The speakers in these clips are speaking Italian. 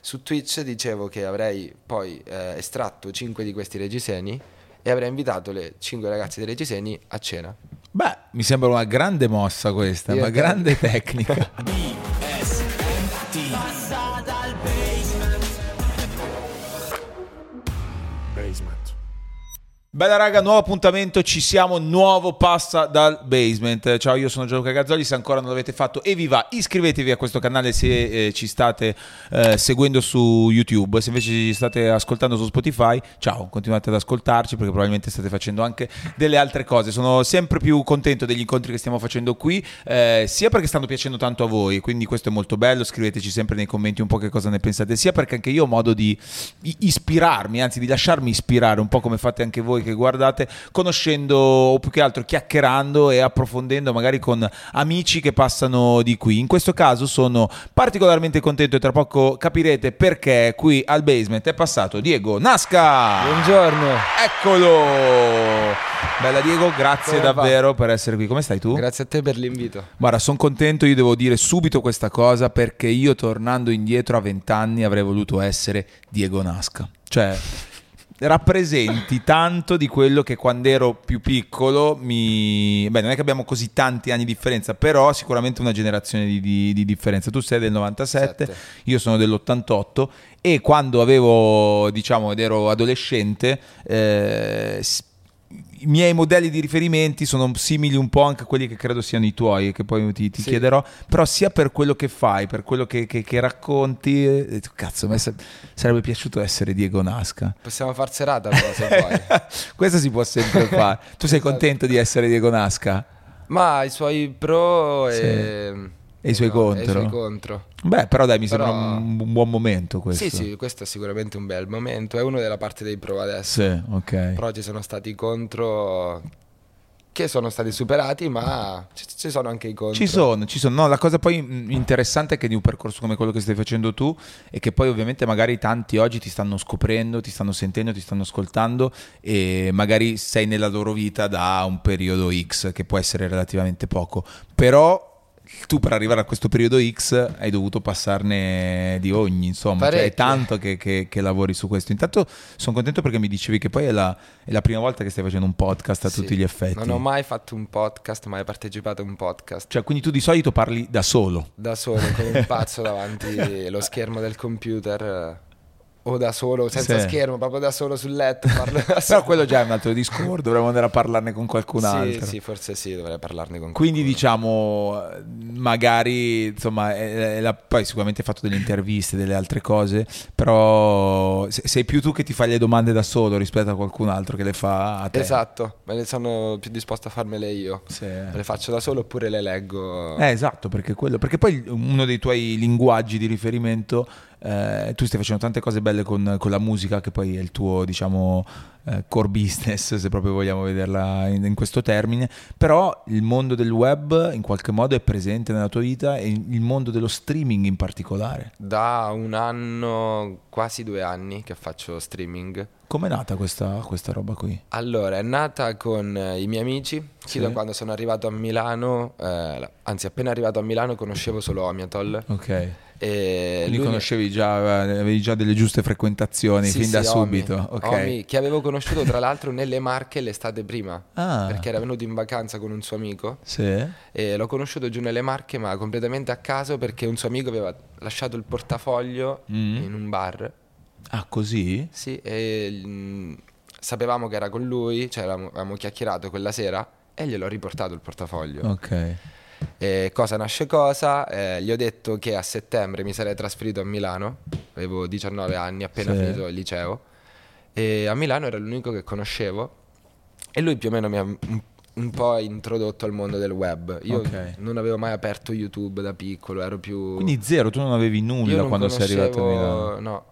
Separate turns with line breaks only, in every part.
Su Twitch dicevo che avrei poi eh, estratto 5 di questi reggiseni e avrei invitato le 5 ragazze dei reggiseni a cena.
Beh, mi sembra una grande mossa questa,
Io
una
te-
grande tecnica. Bella raga, nuovo appuntamento, ci siamo, nuovo passa dal basement. Ciao, io sono Gianluca Gazzoli, se ancora non l'avete fatto, evviva, iscrivetevi a questo canale se eh, ci state eh, seguendo su YouTube, se invece ci state ascoltando su Spotify, ciao, continuate ad ascoltarci perché probabilmente state facendo anche delle altre cose. Sono sempre più contento degli incontri che stiamo facendo qui, eh, sia perché stanno piacendo tanto a voi, quindi questo è molto bello, scriveteci sempre nei commenti un po' che cosa ne pensate, sia perché anche io ho modo di i- ispirarmi, anzi di lasciarmi ispirare, un po' come fate anche voi che guardate, conoscendo o più che altro chiacchierando e approfondendo magari con amici che passano di qui. In questo caso sono particolarmente contento e tra poco capirete perché qui al basement è passato Diego Nasca.
Buongiorno.
Eccolo! Bella Diego, grazie
Come va?
davvero per essere qui. Come stai tu?
Grazie a te per l'invito.
Guarda, sono contento, io devo dire subito questa cosa perché io tornando indietro a vent'anni avrei voluto essere Diego Nasca. Cioè, rappresenti tanto di quello che quando ero più piccolo mi... Beh, non è che abbiamo così tanti anni di differenza, però sicuramente una generazione di, di- di differenza. Tu sei del 97,
Sette.
io sono dell'88 e quando avevo, diciamo, ed ero adolescente, eh, s- i miei modelli di riferimenti sono simili un po' anche a quelli che credo siano i tuoi, che poi ti, ti
Sì.
chiederò, però sia per quello che fai, per quello che, che- che racconti, eh, cazzo, a me sa- sarebbe piaciuto essere Diego Nasca.
Possiamo far serata però se vuoi.
Questo si può sempre fare. Tu sei
Esatto.
contento di essere Diego Nasca?
Ma i suoi pro e,
E i suoi
E i
contro.
suoi contro.
Beh, però dai, mi
Però-
sembra un, un buon momento questo.
Sì, sì, questo è sicuramente un bel momento. È uno della parte dei pro adesso.
Sì, ok.
Però ci sono stati i contro che sono stati superati, ma ci, ci sono anche i contro.
Ci sono, ci sono. No, la cosa poi mh, interessante è che di un percorso come quello che stai facendo tu e che poi ovviamente magari tanti oggi ti stanno scoprendo, ti stanno sentendo, ti stanno ascoltando e magari sei nella loro vita da un periodo X che può essere relativamente poco, però tu per arrivare a questo periodo X hai dovuto passarne di ogni, insomma, cioè, è
Parecchie.
tanto che, che- che lavori su questo. Intanto sono contento perché mi dicevi che poi è la, è la prima volta che stai facendo un podcast a
Sì.
tutti gli effetti.
Non ho mai fatto un podcast, mai partecipato a un podcast.
Cioè, quindi tu di solito parli da solo.
Da solo, come un pazzo davanti allo schermo del computer. eh, O da solo, senza
Sì.
schermo, proprio da solo sul letto. Parlo da
Però
solo.
quello già è un altro discorso, dovremmo andare a parlarne con qualcun
Sì,
altro.
sì, forse sì, dovrei parlarne con
Quindi
qualcuno.
diciamo, magari, insomma, è- è la- poi sicuramente hai fatto delle interviste, delle altre cose, però se- sei più tu che ti fai le domande da solo rispetto a qualcun altro che le fa a te.
Esatto, me le sono più disposto a farmele io.
Sì.
Le faccio da solo oppure le leggo.
Eh, esatto, perché, quello, perché poi uno dei tuoi linguaggi di riferimento, eh, tu stai facendo tante cose belle con, con la musica, che poi è il tuo, diciamo, eh, core business, se proprio vogliamo vederla in, in questo termine, però il mondo del web in qualche modo è presente nella tua vita e il mondo dello streaming in particolare.
Da un anno, quasi due anni che faccio streaming.
Com'è nata questa, questa roba qui?
Allora, è nata con eh, i miei amici. Sì,
Sì.
da quando sono arrivato a Milano, eh, la- anzi, appena arrivato a Milano conoscevo solo Amiatol.
Ok.
E
Li
Eh, lui-
conoscevi già, eh, avevi già delle giuste frequentazioni
Sì,
fin
sì,
da
Omi.
subito. Ok.
Omi, che avevo conosciuto tra l'altro nelle Marche l'estate prima,
Ah,
perché era venuto in vacanza con un suo amico.
sì.
E l'ho conosciuto giù nelle Marche, ma completamente a caso perché un suo amico aveva lasciato il portafoglio
Mm.
in un bar.
Ah, così?
Sì, e mm, sapevamo che era con lui, cioè avevamo, avevamo chiacchierato quella sera e gliel'ho riportato il portafoglio.
Ok.
E cosa nasce cosa? eh, gli ho detto che a settembre mi sarei trasferito a Milano, avevo 19 anni, appena
Sì.
finito il liceo, e a Milano era l'unico che conoscevo e lui più o meno mi ha un, un po' introdotto al mondo del web. Io
Ok.
non avevo mai aperto YouTube da piccolo, ero più...
Quindi zero, tu non avevi nulla
io non
quando sei arrivato a
conoscevo-
Milano.
No,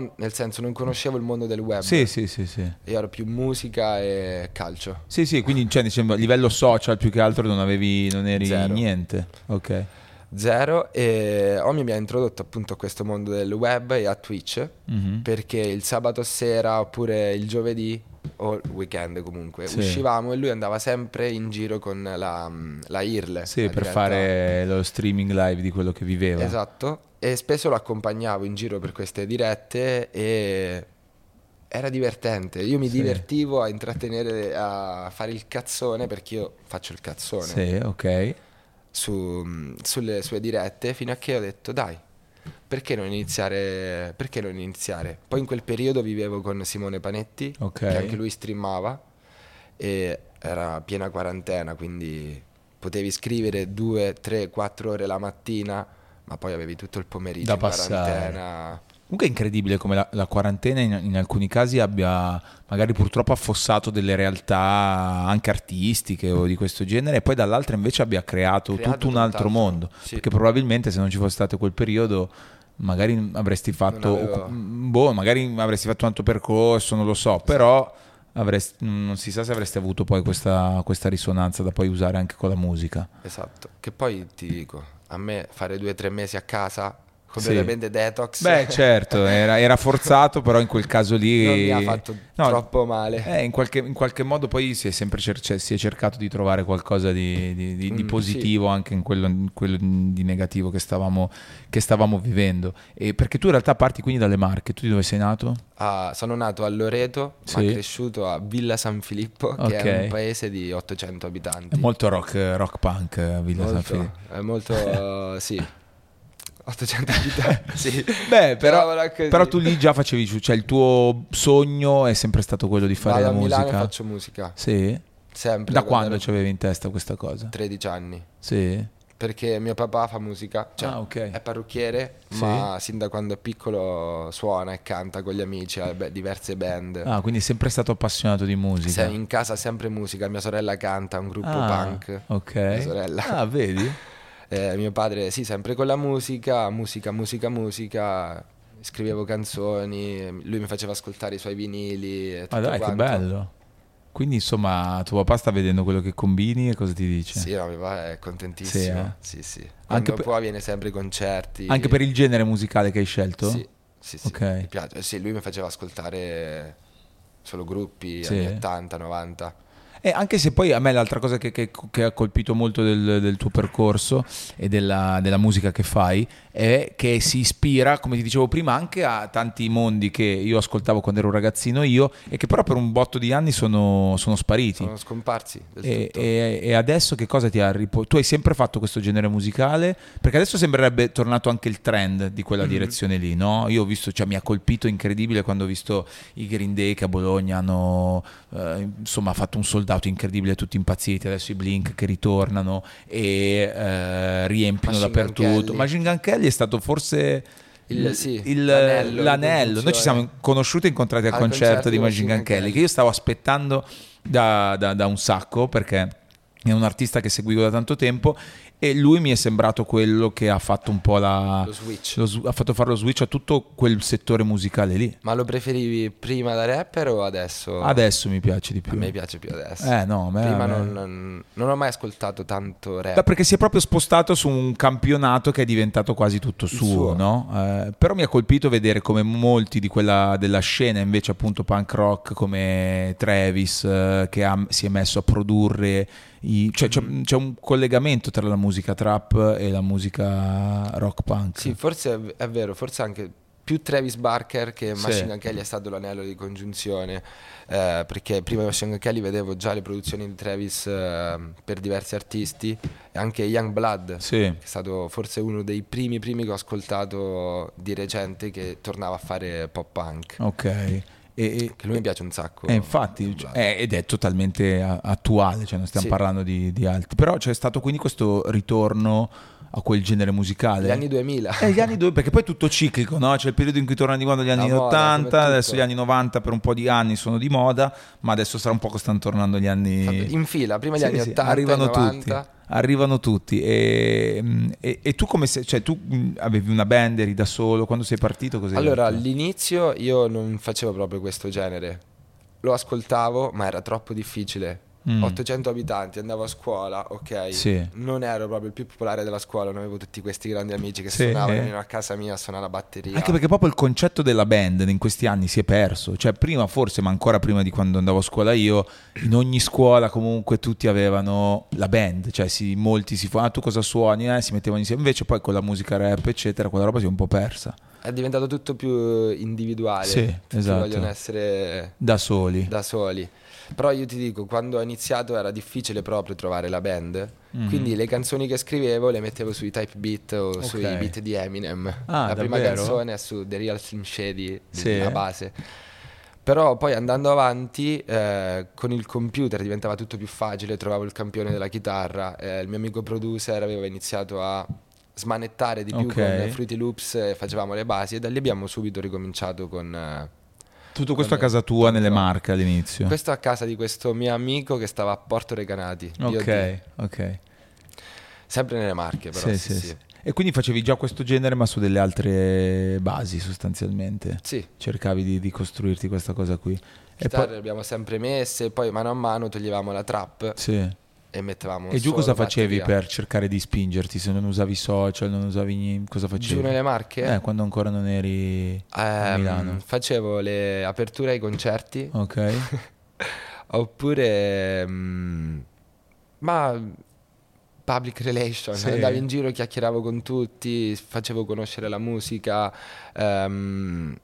no, nel senso non conoscevo il mondo del web.
Sì, sì, sì, sì.
Io ero più musica e calcio.
Sì, sì, quindi cioè, diciamo, a livello social più che altro non avevi, non eri
Zero.
niente. Ok.
Zero e Omi mi ha introdotto appunto a questo mondo del web e a Twitch
Mhm.
perché il sabato sera oppure il giovedì o il weekend comunque,
Sì.
uscivamo e lui andava sempre in giro con la, mm, la IRL.
Sì,
la
per
diretta.
fare lo streaming live di quello che viveva.
Esatto, e spesso lo accompagnavo in giro per queste dirette e era divertente. Io mi
Sì.
divertivo a intrattenere, a fare il cazzone perché io faccio il cazzone
Sì, ok.
su- mm, sulle sue dirette fino a che ho detto dai, perché non iniziare? Perché non iniziare? Poi in quel periodo vivevo con Simone Panetti,
Ok.
che anche lui streamava e era piena quarantena, quindi potevi scrivere 2, 3, 4 ore la mattina, ma poi avevi tutto il pomeriggio
Da
in
passare.
quarantena.
Comunque è incredibile come la, la quarantena in, in alcuni casi abbia magari purtroppo affossato delle realtà anche artistiche o di questo genere e poi dall'altra invece abbia creato,
Creato
tutto un altro
tutt'altro,
mondo.
sì.
Perché probabilmente se non ci fosse stato quel periodo magari avresti fatto,
avevo-
boh, magari avresti fatto un altro percorso, non lo so, però avresti- non si sa se avresti avuto poi questa, questa risonanza da poi usare anche con la musica.
Esatto, che poi ti dico, a me fare 2-3 mesi a casa completamente detox.
Beh, certo, era, era forzato, però in quel caso lì...
Non mi ha fatto
No,
troppo male.
Eh, in, qualche, in qualche modo poi si è sempre cer- cioè, si è cercato di trovare qualcosa di, di- di- di
Mm,
positivo anche in quello, in quello di negativo che stavamo, che stavamo vivendo. E perché tu in realtà parti quindi dalle Marche, tu di dove sei nato?
Ah, sono nato a Loreto,
Sì.
ma cresciuto a Villa San Filippo, che
Ok.
è un paese di 800
È
abitanti.
molto rock, rock punk eh, Villa San Filippo.
È molto, sì. 800 abitanti, sì.
Beh, però,
Diciamola così.
però tu lì già facevi, giù, cioè il tuo sogno è sempre stato quello di fare
Vado
la
a Milano e
musica.
faccio musica,
Sì?
sempre.
Da
da
quando
ero-
ci avevi in testa questa cosa?
13 anni,
Sì?
perché mio papà fa musica, cioè
Ah, ok.
è parrucchiere,
Sì.
ma sin da quando è piccolo suona e canta con gli amici, ha beh, diverse band.
Ah, quindi è sempre stato appassionato di musica.
Se- in casa sempre musica, mia sorella canta, un gruppo
Ah,
punk.
Ok.
Mia sorella.
Ah, vedi?
Eh, mio padre, sì, sempre con la musica, musica, musica, musica. Scrivevo canzoni, lui mi faceva ascoltare i suoi vinili. E tutto
Ma Ah, dai, che
quanto.
bello. Quindi, insomma, tuo papà sta vedendo quello che combini e cosa ti dice?
Sì, no, mio padre è contentissimo.
Sì,
Sì,
eh?
sì.
Anche
Anche
per-
poi viene sempre ai concerti.
Anche per il genere musicale che hai scelto?
Sì, sì, sì.
Ok.
Mi piace. Sì, lui mi faceva ascoltare solo gruppi
Sì.
anni 80, 90.
E Eh, anche se poi a me l'altra cosa che, che- che ha colpito molto del, del tuo percorso e della, della musica che fai è che si ispira, come ti dicevo prima, anche a tanti mondi che io ascoltavo quando ero un ragazzino io e che però per un botto di anni sono, sono spariti.
Sono scomparsi del
E,
tutto.
e- e adesso che cosa ti ha riportato? Tu hai sempre fatto questo genere musicale? Perché adesso sembrerebbe tornato anche il trend di quella
Mm-hmm.
direzione lì, no? Io ho visto, cioè mi ha colpito incredibile quando ho visto i Green Day che a Bologna hanno eh, insomma fatto un soldato incredibile, tutti impazziti, adesso i Blink che ritornano e eh, riempiono
Machine Gun
dappertutto.
Kelly.
Machine Gun Kelly è stato forse...
Il- sì,
il-
l'anello,
l'anello. noi ci siamo
l'introduzione.
conosciuti e incontrati al,
Al
concerto,
concerto
di Machine Gun Kelly che io stavo aspettando da, da- da un sacco perché è un artista che seguivo da tanto tempo e lui mi è sembrato quello che ha fatto un po' la,
Lo switch.
lo s- ha fatto fare lo switch a tutto quel settore musicale lì.
Ma lo preferivi prima da rapper o adesso?
Adesso mi piace di più.
Oh. A me piace più adesso.
Ah, Eh, no, a me-
Prima
a me-
non- Non, non ho mai ascoltato tanto rap.
Da- perché si è proprio spostato su un campionato che è diventato quasi tutto suo,
suo.
no? Eh, però mi ha colpito vedere come molti di quella della scena, invece appunto punk rock come Travis, eh, che ha- si è messo a produrre, i- cioè c'è,
Mm.
c'è un collegamento tra la musica trap e la musica rock punk.
Sì, forse è, v- è vero, forse anche più Travis Barker che
Sì.
Machine Gun Kelly è stato l'anello di congiunzione, eh, perché prima di Machine Gun Kelly vedevo già le produzioni di Travis eh, per diversi artisti, e anche Young Blood, che
Sì.
è stato forse uno dei primi primi che ho ascoltato di recente che tornava a fare pop punk,
Ok. E- Oh. e-
che a lui mi piace un sacco.
Eh, infatti,
Young
cioè,
Blood.
eh, ed è totalmente a- attuale, cioè non
Esatto.
stiamo
Sì.
parlando di, di altri. Però c'è stato quindi questo ritorno a quel genere musicale.
Gli anni 2000.
Eh, gli anni due, perché poi è tutto ciclico, no? C'è il periodo in cui tornano di moda gli anni
La moda,
80,
come
adesso
tutto.
gli anni 90 per un po' di anni sono di moda, ma adesso tra un poco stanno tornando gli anni...
In fila, prima gli
Sì,
anni
sì,
80,
arrivano
i 90.
tutti. Arrivano tutti. E, mm, e- e tu come sei? Cioè tu mm, avevi una band, eri da solo, quando sei partito cos'era?
Allora, all'inizio io non facevo proprio questo genere. Lo ascoltavo, ma era troppo difficile.
Mm.
800 abitanti, andavo a scuola, ok?
Sì.
Non ero proprio il più popolare della scuola, non avevo tutti questi grandi amici che
Sì,
suonavano,
eh.
venivano a casa mia a suonare la batteria.
Anche perché proprio il concetto della band in questi anni si è perso, cioè prima forse, ma ancora prima di quando andavo a scuola io, in ogni scuola comunque tutti avevano la band, cioè si- molti si fa, ah tu cosa suoni, eh, si mettevano insieme, invece poi con la musica rap eccetera quella roba si è un po' persa,
È diventato tutto più individuale,
Sì,
tutti
esatto.
vogliono essere
da soli.
da soli. Però io ti dico, quando ho iniziato era difficile proprio trovare la band,
Mhm.
quindi le canzoni che scrivevo le mettevo sui type beat o sui
Ok.
beat di Eminem.
Ah,
la prima
davvero?
canzone è su The Real Slim Shady,
Sì.
la base. Però poi andando avanti eh, con il computer diventava tutto più facile, trovavo il campione della chitarra, eh, il mio amico producer aveva iniziato a smanettare di più
Ok.
con Fruity Loops, eh, facevamo le basi e da lì abbiamo subito ricominciato con... eh,
Tutto questo a casa tua, nelle Marche all'inizio.
questo a casa di questo mio amico che stava a Porto Recanati, io di-
Ok, ok.
sempre nelle Marche però.
Sì,
Sì,
sì, sì. E quindi facevi già questo genere ma su delle altre basi sostanzialmente.
Sì,
Cercavi di, di costruirti questa cosa qui. E
chitarre
poi...
le abbiamo sempre messe, poi mano a mano toglievamo la trap
Sì.
e mettevamo...
E giù
solo
cosa facevi
batteria.
per cercare di spingerti? Se non usavi social, non usavi niente, cosa facevi?
Giù nelle Marche?
Eh, quando ancora non eri a
Ehm,
Milano.
facevo le aperture ai concerti
Ok.
oppure... mm, ma public relation,
Sì.
andavo in giro, chiacchieravo con tutti, facevo conoscere la musica. ehm,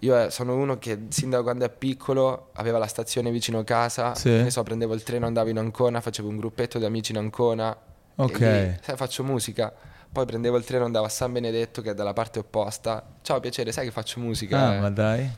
io eh, sono uno che sin da quando è piccolo aveva la stazione vicino casa,
Sì.
che ne so, prendevo il treno, andavo in Ancona, facevo un gruppetto di amici in Ancona. e
Ok.
lì, sai, faccio musica. Poi prendevo il treno, andavo a San Benedetto, che è dalla parte opposta. Ciao, piacere, sai che faccio musica?
Ah,
eh?"
ma dai.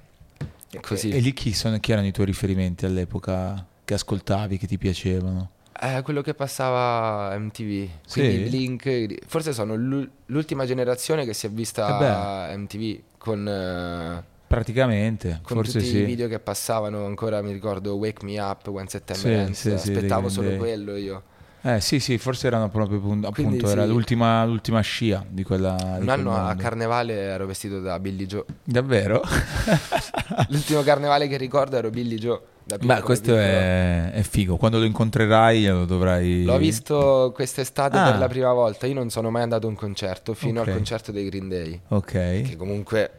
Così.
E lì chi, sono, chi erano i tuoi riferimenti all'epoca che ascoltavi, che ti piacevano?
Eh, quello che passava MTV,
Sì?
quindi Blink, forse sono l'ul- l'ultima generazione che si è
Eh
vista MTV con, eh,
Praticamente,
con
forse
tutti
sì.
i video che passavano ancora, mi ricordo Wake Me Up, One
Sì,
September Ends,
sì, sì,
aspettavo
dei Green
solo
Day.
quello io.
Eh sì, sì, forse erano proprio pun-
Quindi
appunto, era
sì.
l'ultima, l'ultima scia di quella... Ah, di
Un
quel
anno a
mondo.
carnevale ero vestito da Billy Joe,
Davvero?
l'ultimo carnevale che ricordo ero Billy Joe. da
Beh,
piccolo,
questo
piccolo.
è, è figo. Quando lo incontrerai lo dovrai...
L'ho visto quest'estate
Ah.
per la prima volta, io non sono mai andato a un concerto, fino
Ok.
al concerto dei Green Day,
Ok.
che comunque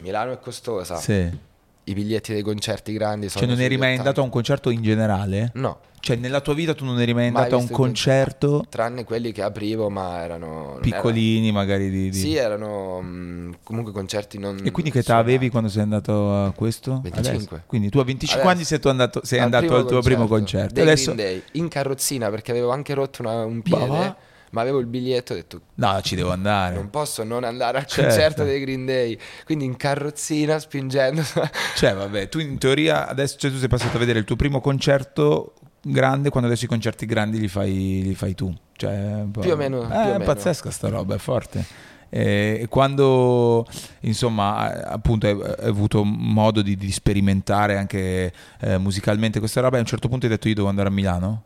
Milano è costosa.
Sì.
i biglietti dei concerti grandi sono
Cioè non eri
sugli
mai
80.
andato a un concerto in generale?
no
Cioè nella tua vita tu non eri mai
Mm. Mai
andato a un
visto il
concerto
tranne quelli che aprivo ma erano non
piccolini magari di...
era-
di-
sì mm, erano mm, comunque concerti non
E quindi che età
suonati.
avevi quando sei andato a questo?
25.
Adesso? Quindi tu a 25
Adesso.
anni sei, tu andato, sei andato al tuo primo concerto.
dei
Adesso...
Green Day, in carrozzina perché avevo anche rotto una- un piede
Bah.
ma avevo il biglietto ho detto
No, ci devo andare.
non posso non andare al
Certo.
concerto dei Green Day quindi in carrozzina spingendo
Cioè, vabbè, tu in teoria adesso cioè, tu sei passato a vedere il tuo primo concerto grande quando adesso i concerti grandi li fai, li fai tu. Cioè, un po'-
Più o meno,
Eh,
più o
è
meno.
pazzesca sta roba, è forte. E e quando insomma eh, appunto hai hai avuto modo di, di sperimentare anche eh, musicalmente questa roba, e a un certo punto hai detto io devo andare a Milano?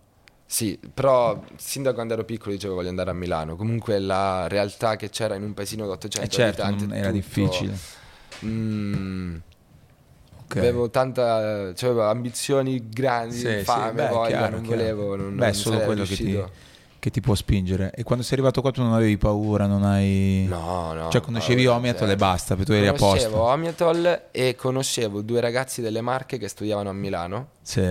Sì, però sin da quando ero piccolo dicevo voglio andare a Milano. Comunque la realtà che c'era in un paesino di 800
Eh certo,
abitanti
non-
è
era
tutto-
difficile.
Mm,
Ok.
Avevo tanta, cioè, avevo ambizioni grandi,
Sì, sì,
fame,
beh,
voglia,
chiaro,
non
chiaro.
volevo, non,
Beh,
non
solo
sarei
quello che ti,
riuscito.
che ti può spingere. E quando sei arrivato qua tu non avevi paura, non hai...
No, no.
Cioè, conoscevi
paura,
Omiatol
zero.
e basta, perché tu eri a posto.
Conoscevo Omiatol e conoscevo due ragazzi delle Marche che studiavano a Milano
Sì.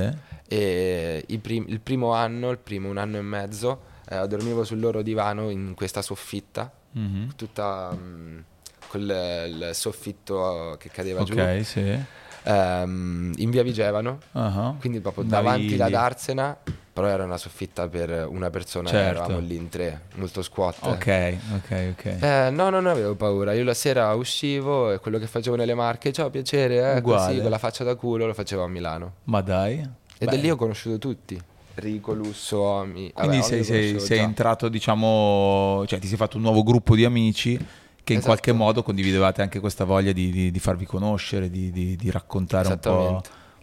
e i prim- il primo anno, il primo un anno e mezzo, eh, dormivo sul loro divano in questa soffitta
Mhm.
tutta mm, col eh, il soffitto che cadeva giù
Ok, sì.
ehm, in via Vigevano
Ah.
quindi proprio
Andavi
davanti
lì.
la Darsena però era una soffitta per una persona
Certo.
eravamo lì in tre molto squat
Ok, ok, ok.
Eh, no, no, non avevo paura. Io la sera uscivo e quello che facevo nelle marche, ciao, piacere, eh,
Uguale.
così, con la faccia da culo, lo facevo a Milano.
Ma dai.
E
Beh,
da lì ho conosciuto tutti. Rico, Lusso, Omi. Vabbè,
Quindi
Omi
sei,
lo
sei-
conoscevo
sei
già.
entrato, diciamo, cioè ti sei fatto un nuovo gruppo di amici che in
Esatto.
qualche modo condividevate anche questa voglia di, di- di farvi conoscere, di, di- di raccontare un po', un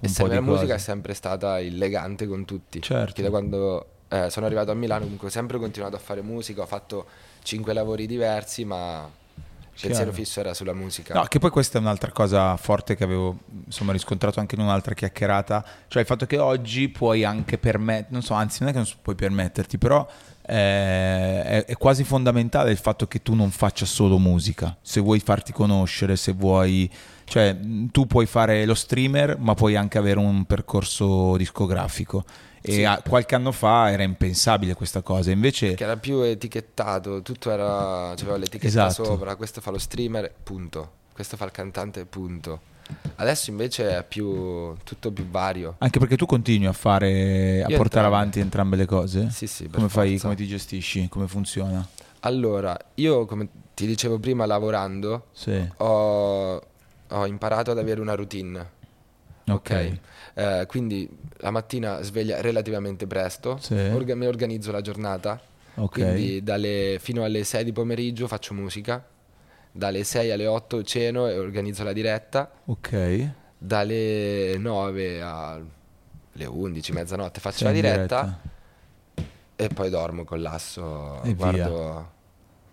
Esattamente. E
po' di
sempre la musica è
cose.
sempre stata il legante con tutti.
Certo.
Perché da quando eh, sono arrivato a Milano comunque ho sempre continuato a fare musica, ho fatto cinque lavori diversi, ma Il pensiero fisso era sulla musica.
No, che poi questa è un'altra cosa forte che avevo insomma riscontrato anche in un'altra chiacchierata, cioè il fatto che oggi puoi anche permetterti, non so, anzi non è che non s- puoi permetterti, però eh, è, è quasi fondamentale il fatto che tu non faccia solo musica, se vuoi farti conoscere, se vuoi, cioè mh, tu puoi fare lo streamer ma puoi anche avere un percorso discografico e
Sì.
a- qualche anno fa era impensabile questa cosa, invece...
Che era più etichettato, tutto era. c'aveva l'etichetta
Esatto.
sopra. Questo fa lo streamer, punto. Questo fa il cantante, punto. Adesso invece è più. tutto più vario.
Anche perché tu continui a fare, a
Io
portare
entrambe.
avanti entrambe le cose?
Sì, sì, per
Come fai,
forza.
come ti gestisci, come funziona?
Allora, io come ti dicevo prima, lavorando,
Sì,
ho, ho imparato ad avere una routine.
ok.
Eh, quindi la mattina sveglia relativamente presto,
Sì.
orga- mi organizzo la giornata.
ok.
Quindi dalle, fino alle 6 di pomeriggio faccio musica, dalle 6 alle 8 ceno e organizzo la diretta,
ok.
dalle 9 alle 11, mezzanotte faccio
Sei
la
in
diretta, e poi dormo, collasso,
E via.
guardo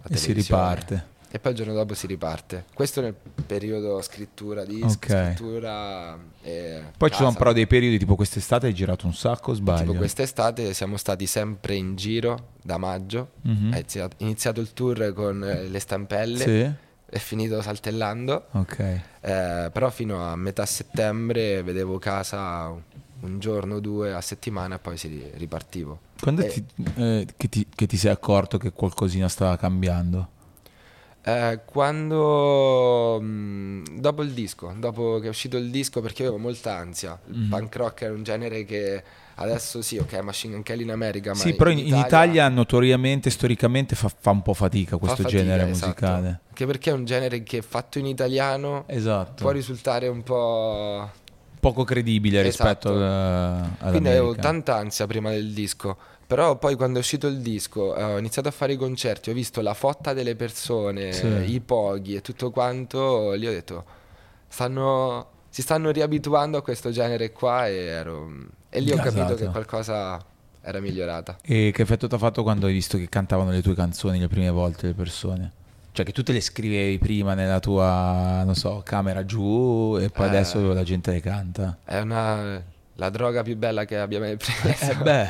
la
E si
televisione.
riparte.
E poi il giorno dopo si riparte. Questo nel periodo scrittura di
Ok.
scrittura e
Poi ci sono
casa.
però dei periodi tipo quest'estate hai girato un sacco, sbaglio.
Tipo quest'estate siamo stati sempre in giro da maggio.
Mhm.
È iniziato, iniziato il tour con eh, le stampelle,
Sì,
è finito saltellando.
ok.
eh, però fino a metà settembre vedevo casa un giorno o due a settimana e poi si ri- ripartivo.
Quando
Eh.
ti, eh, che, ti, che ti sei accorto che qualcosina stava cambiando?
Eh, quando mh, dopo il disco, dopo che è uscito il disco, perché avevo molta ansia. Il
Mhm.
punk rock era un genere che adesso sì, ok, Machine Gun Kelly in America, ma
sì, però in, in Italia...
Italia
notoriamente, storicamente fa, fa un po' fatica
fa
questo
fatica,
genere
esatto.
musicale.
Anche perché è un genere che fatto in italiano
Esatto.
può risultare un po'.
Poco credibile rispetto
Esatto.
al,
Quindi avevo
all'America.
tanta ansia prima del disco. Però poi quando è uscito il disco eh, ho iniziato a fare i concerti, ho visto la fotta delle persone,
Sì.
i pochi e tutto quanto, lì ho detto, stanno, si stanno riabituando a questo genere qua e, ero, e lì ho capito
Esatto.
che qualcosa era migliorata.
E che effetto ti ha fatto quando hai visto che cantavano le tue canzoni le prime volte le persone? Cioè che tu te le scrivevi prima nella tua, non so, camera giù e poi
Eh.
adesso la gente le canta.
È una, la droga più bella che abbia mai preso.
Eh beh,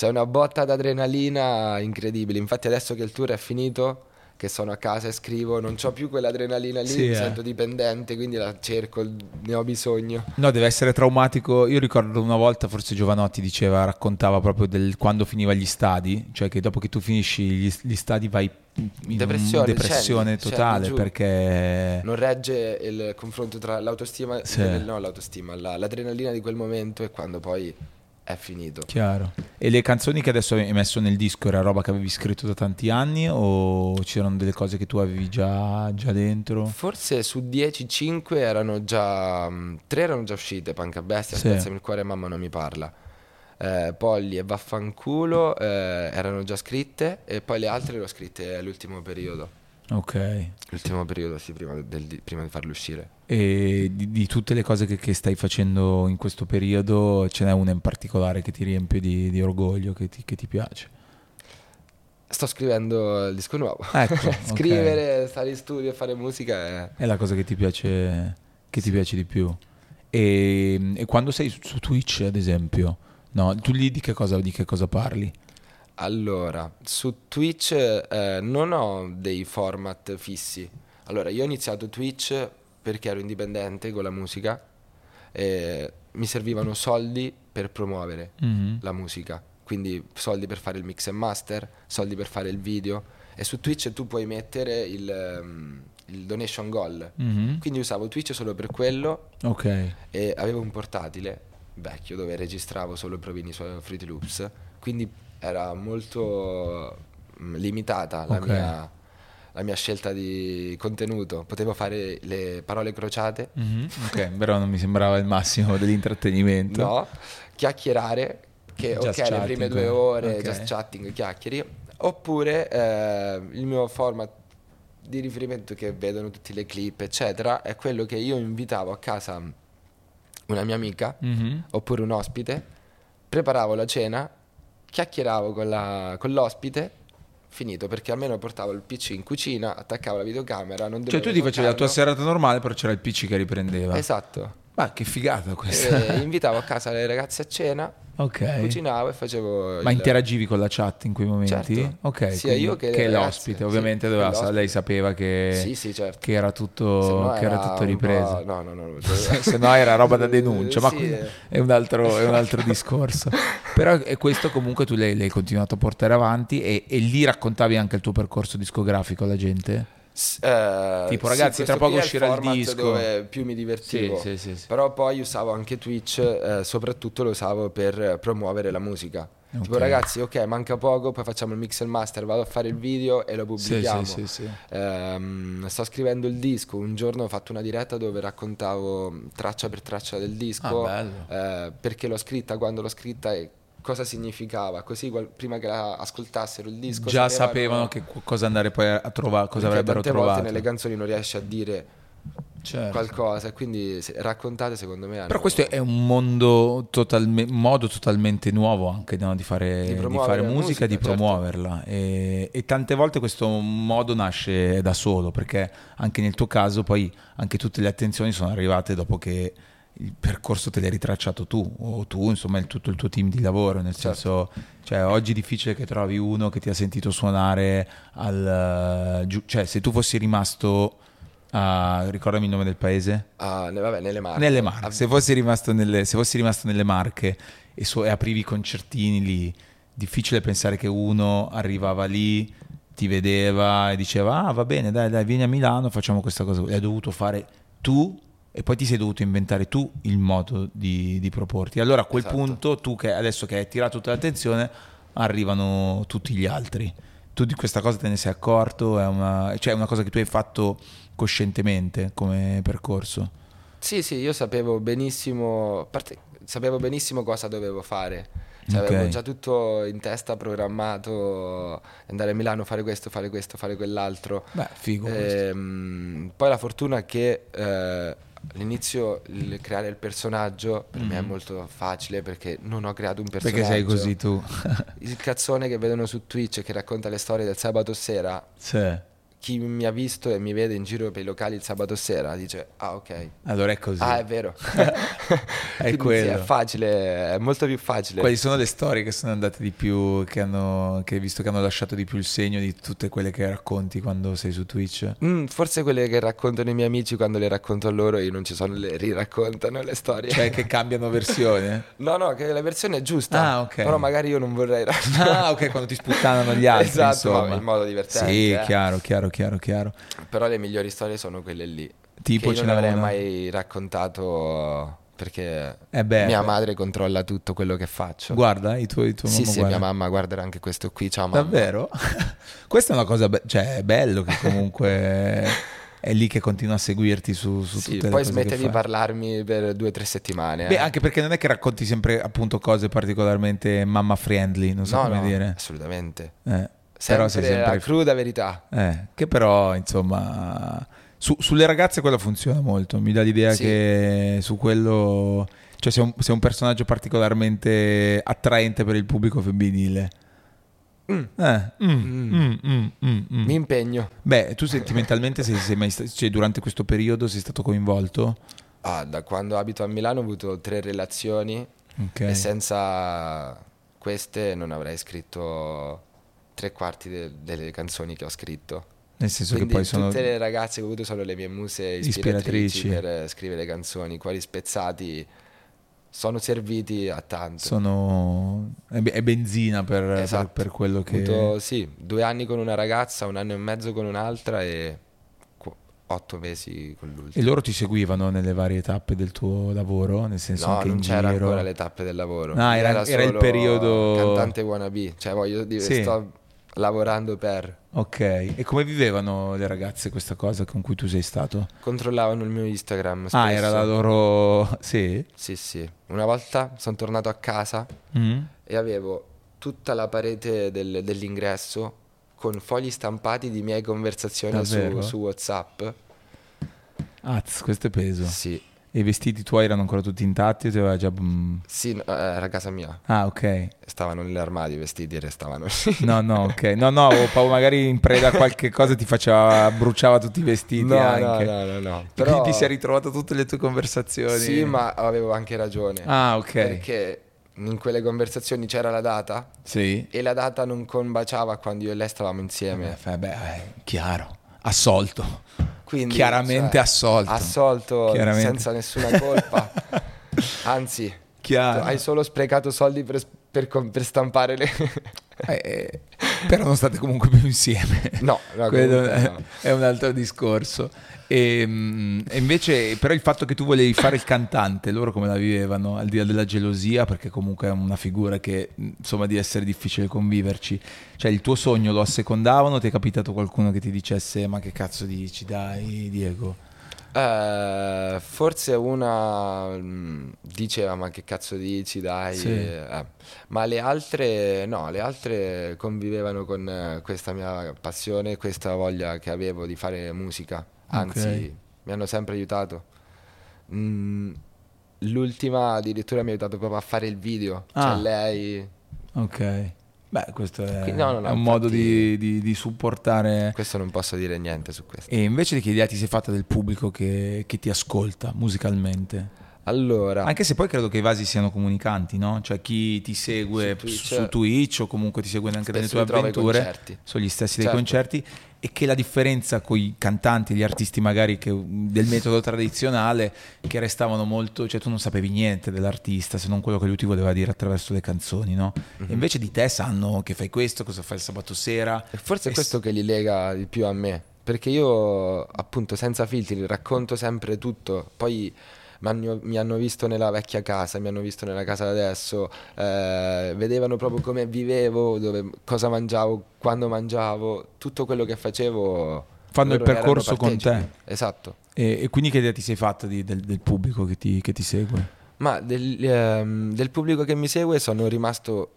C'è una botta d'adrenalina incredibile. Infatti, adesso che il tour è finito, che sono a casa e scrivo, non ho più quell'adrenalina lì,
Sì,
mi
eh.
sento dipendente, quindi la cerco, ne ho bisogno.
no, deve essere traumatico. Io ricordo una volta, forse Giovanotti diceva, raccontava proprio del quando finiva gli stadi, cioè che dopo che tu finisci gli, gli stadi vai in
Depressione,
depressione certo,
scendi,
totale
scendi giù.
perché...
Non regge il confronto tra l'autostima,
Eh. Sì.
e no, l'autostima, la- l'adrenalina di quel momento e quando poi è finito.
Chiaro. E le canzoni che adesso hai messo nel disco era roba che avevi scritto da tanti anni o c'erano delle cose che tu avevi già, già dentro?
Forse su 10, 5 erano già. 3 erano già uscite: Panca Bestia,
Sì.
Spezzami il cuore, mamma non mi parla. Eh, Polli e Vaffanculo eh, erano già scritte, e poi le altre le ho scritte all'ultimo periodo.
Ok.
L'ultimo periodo, sì, prima, del di- prima di farlo uscire.
E di, di tutte le cose che, che stai facendo in questo periodo ce n'è una in particolare che ti riempie di, di orgoglio, che ti, che ti piace?
Sto scrivendo il disco nuovo.
Ecco. ok.
Scrivere, stare in studio e fare musica è.
È la cosa che ti piace, che ti piace di più. E, e quando sei su, su Twitch, ad esempio, no, tu lì di che cosa, di che cosa parli?
Allora, su Twitch eh, non ho dei format fissi. Allora, io ho iniziato Twitch perché ero indipendente con la musica e mi servivano soldi per promuovere
Mhm.
la musica. Quindi soldi per fare il mix and master, soldi per fare il video. E su Twitch tu puoi mettere il, ehm, il donation goal.
Mhm.
Quindi usavo Twitch solo per quello
Ok.
e avevo un portatile vecchio dove registravo solo i provini su Fruity Loops, quindi era molto mm, limitata la,
Ok.
mia, la mia scelta di contenuto. Potevo fare le parole crociate,
Mhm, Ok, però non mi sembrava il massimo dell'intrattenimento.
no, chiacchierare, che
Just
ok, le prime
chatting,
due ore,
ok.
just chatting, chiacchieri, oppure eh, il mio format di riferimento che vedono tutte le clip, eccetera, è quello che io invitavo a casa una mia amica.
Mhm.
oppure un ospite, preparavo la cena, chiacchieravo con, la- con l'ospite, finito perché almeno portavo il PC in cucina, attaccavo la videocamera. Non
Cioè, tu
dovevo
ti facevi la tua
portarlo.
serata normale, però c'era il PC che riprendeva.
Esatto.
Ma che figata questa.
E invitavo a casa le ragazze a cena,
ok.
cucinavo e facevo.
Ma
il-
interagivi con la chat in quei momenti?
Certo.
Ok.
Sia
quindi-
io che le
è
ragazze.
l'ospite,
Sì,
ovviamente
che
doveva-
l'ospite.
lei sapeva che,
Sì, sì, certo.
che era
Se
tutto,
no
che era
era
tutto
un
ripreso.
po'- No, no, no. no.
cioè, se no era roba da denuncia, ma
Sì,
quello
eh.
è un altro, è un altro discorso. Però e questo comunque tu l'hai, l'hai continuato a portare avanti e, e lì raccontavi anche il tuo percorso discografico alla gente?
S- eh,
Tipo,
questo
ragazzi, tra poco
qui è
uscirà il
format
disco.
Dove più mi divertivo.
sì, sì.
Però poi usavo anche Twitch, eh, soprattutto lo usavo per eh, promuovere la musica. Tipo,
Ok.
ragazzi, ok, manca poco, poi facciamo il mix and master, vado a fare il video e lo
Sì,
pubblichiamo.
sì, sì, sì.
Ehm, sto scrivendo il disco. Un giorno ho fatto una diretta dove raccontavo traccia per traccia del disco,
Ah, bello.
eh, perché l'ho scritta, quando l'ho scritta e cosa significava. Così qual- prima che la- ascoltassero il disco,
Già sapevano che co- cosa andare poi a trovare,
perché
cosa avrebbero
tante
trovato.
volte nelle canzoni non riesci a dire
Certo.
qualcosa, e quindi se- raccontate secondo me.
Però questo è un mondo totalme- un modo totalmente nuovo anche no? di, fare,
Di
di
promuovere
fare
la
musica,
musica,
e di
certo.
promuoverla. E, e tante volte questo modo nasce da solo, perché anche nel tuo caso poi anche tutte le attenzioni sono arrivate dopo che il percorso te l'hai ritracciato tu, o tu, insomma, il- tutto il tuo team di lavoro.
Certo.
Nel senso, cioè, oggi è difficile che trovi uno che ti ha sentito suonare al... giu- cioè, se tu fossi rimasto... a- ricordami il nome del paese?
Ah, ne- vabbè, nelle Ah, marche.
Nelle Marche, se fossi rimasto nelle, se fossi rimasto nelle Marche e, so- e aprivi i concertini lì, difficile pensare che uno arrivava lì, ti vedeva e diceva ah va bene dai dai vieni a Milano facciamo questa cosa, e hai dovuto fare tu e poi ti sei dovuto inventare tu il modo di, di proporti. Allora a quel
Esatto.
punto tu che adesso che hai attirato tutta l'attenzione arrivano tutti gli altri. Tu di questa cosa te ne sei accorto, è una, cioè è una cosa che tu hai fatto coscientemente come percorso.
Sì, sì, io sapevo benissimo, a parte- sapevo benissimo cosa dovevo fare. Cioè,
Ok.
Avevo già tutto in testa programmato, andare a Milano, fare questo, fare questo, fare quell'altro.
Beh, figo. questo.
Ehm, poi la fortuna che eh, all'inizio il creare il personaggio per me è molto facile perché non ho creato un personaggio.
Mm. Perché sei così tu?
Il cazzone che vedono su Twitch che racconta le storie del sabato sera,
Cioè,
chi mi ha visto e mi vede in giro per i locali il sabato sera dice ah ok,
allora è così.
ah è vero. Quindi sì,
quello.
è facile, è molto più facile.
Quali sono le storie che sono andate di più, che hanno, che hai visto che hanno lasciato di più il segno di tutte quelle che racconti quando sei su Twitch?
Mm, forse quelle che raccontano i miei amici quando le racconto a loro io non ci sono, le riraccontano le storie.
Cioè, che cambiano versione?
No, no, che la versione è giusta.
Ah, ok.
Però magari io non vorrei
Ah, ok, quando ti sputtanano gli altri,
Esatto,
insomma.
ma in modo divertente,
Sì,
eh.
chiaro, chiaro, chiaro, chiaro.
Però le migliori storie sono quelle lì. che
Tipo,
io
ce
non
n'è
avrei
una?
mai raccontato perché
Eh beh,
mia
beh.
madre controlla tutto quello che faccio.
Guarda, i tuoi, tuo
sì,
mamma
sì,
guarda.
mia mamma guarderà anche questo qui. Ciao mamma.
Davvero? Questa è una cosa, be- cioè, è bello che comunque è lì che continua a seguirti su, su
Sì,
tutte le
poi
cose che
smette di
fai.
parlarmi per due o tre settimane.
Beh,
eh.
anche perché non è che racconti sempre appunto cose particolarmente mamma friendly, non so
no,
come
no,
dire.
assolutamente.
Eh,
Sempre,
però sei
la
sempre...
cruda verità.
eh, che però, insomma, su- sulle ragazze quello funziona molto, mi dà l'idea
Sì.
che su quello... Cioè sei un, sei un personaggio particolarmente attraente per il pubblico femminile.
Mm.
Eh, mm,
Mm.
mm, mm, mm, mm.
Mi impegno.
Beh, tu sentimentalmente sei, sei mai sta- cioè, durante questo periodo sei stato coinvolto?
Ah, da quando abito a Milano ho avuto tre relazioni
Ok.
e senza queste non avrei scritto tre quarti de- delle canzoni che ho scritto.
Nel senso
Quindi
che poi sono...
tutte le ragazze che ho avuto sono le mie muse ispiratrici,
Ispiratrici.
per eh, scrivere canzoni, cuori spezzati, sono serviti a tanto.
sono è be- è benzina per, per-
Esatto.
per quello che
Ho avuto, sì, due anni con una ragazza, un anno e mezzo con un'altra e qu- otto mesi con
e
l'ultima.
loro ti seguivano nelle varie tappe del tuo lavoro nel senso
No,
anche
non
in
c'era
giro
ancora le tappe del lavoro.
No, era- era il
solo
periodo-
Cantante wannabe, cioè voglio dire,
Sì.
sto lavorando per...
ok e come vivevano le ragazze questa cosa con cui tu sei stato
Controllavano il mio Instagram. Spesso.
ah era la loro sì
Sì, sì. Una volta sono tornato a casa
Mm?
e avevo tutta la parete del- dell'ingresso con fogli stampati di miei conversazioni su,
Davvero?
su WhatsApp.
azz questo è peso
Sì.
E i vestiti tuoi erano ancora tutti intatti? o ti aveva già... mm.
Sì, no, eh, era casa mia.
Ah, ok.
Stavano nell'armadio i vestiti e restavano lì.
No, no, ok. No, no, avevo paura magari in preda a qualche cosa ti faceva, bruciava tutti i vestiti
No, no,
anche.
no, no, no.
Però...
Però-
Quindi si è ritrovato tutte le tue conversazioni.
Sì, ma avevo anche ragione.
Ah, ok.
Perché in quelle conversazioni c'era la data
Sì.
e la data non combaciava quando io e lei stavamo
Beh,
insieme.
fa- beh, eh, chiaro, assolto.
Quindi,
Eh, Chiaramente
cioè,
assolto.
Assolto
Chiaramente.
senza nessuna colpa. Anzi,
Chiaro.
hai solo sprecato soldi per, per com- per stampare le...
Eh, eh, però non state comunque più insieme.
No, no,
Quello
comunque
è,
no.
è un altro discorso. E, mm, e invece, però, il fatto che tu volevi fare il cantante, loro come la vivevano, al di là della gelosia, perché comunque è una figura che mm, insomma di essere difficile conviverci. Cioè, il tuo sogno lo assecondavano? Ti è capitato qualcuno che ti dicesse: Ma che cazzo dici, dai, Diego?
Eh, forse una mm, diceva ma che cazzo dici dai
Sì.
eh, ma le altre no le altre convivevano con eh, questa mia passione questa voglia che avevo di fare musica anzi
Ok.
mi hanno sempre aiutato Mm, l'ultima addirittura mi ha aiutato proprio a fare il video
Ah.
cioè lei
Ok. Beh, questo è,
Quindi- no, no, no,
è un modo
infatti-
di, di- di supportare.
questo non posso dire niente su questo
E invece di che idea ti sei fatta del pubblico che, che ti ascolta musicalmente?
allora
Anche se poi credo che i vasi siano comunicanti, no? Cioè chi ti segue
Su
su
Twitch.
Twitch, su Twitch o comunque ti segue anche
certo. Spesso
nelle
li
tue
trovo ai
avventure
concerti.
sono gli stessi dei
Certo.
concerti e che la differenza con i cantanti, gli artisti magari che- del metodo tradizionale che restavano molto, cioè tu non sapevi niente dell'artista se non quello che lui ti voleva dire attraverso le canzoni, no?
Mhm.
E invece di te sanno che fai questo, cosa fai il sabato sera.
E forse è
E
questo che li lega di più a me, perché io appunto senza filtri racconto sempre tutto, poi mi hanno, mi hanno visto nella vecchia casa, mi hanno visto nella casa da adesso, eh, vedevano proprio come vivevo, dove- cosa mangiavo, quando mangiavo, tutto quello che facevo.
Fanno il
loro ne erano
percorso con te.
partecipi. Esatto.
E, e quindi che idea ti sei fatta di- del, del pubblico che ti, che ti segue?
Ma del, ehm, del pubblico che mi segue sono rimasto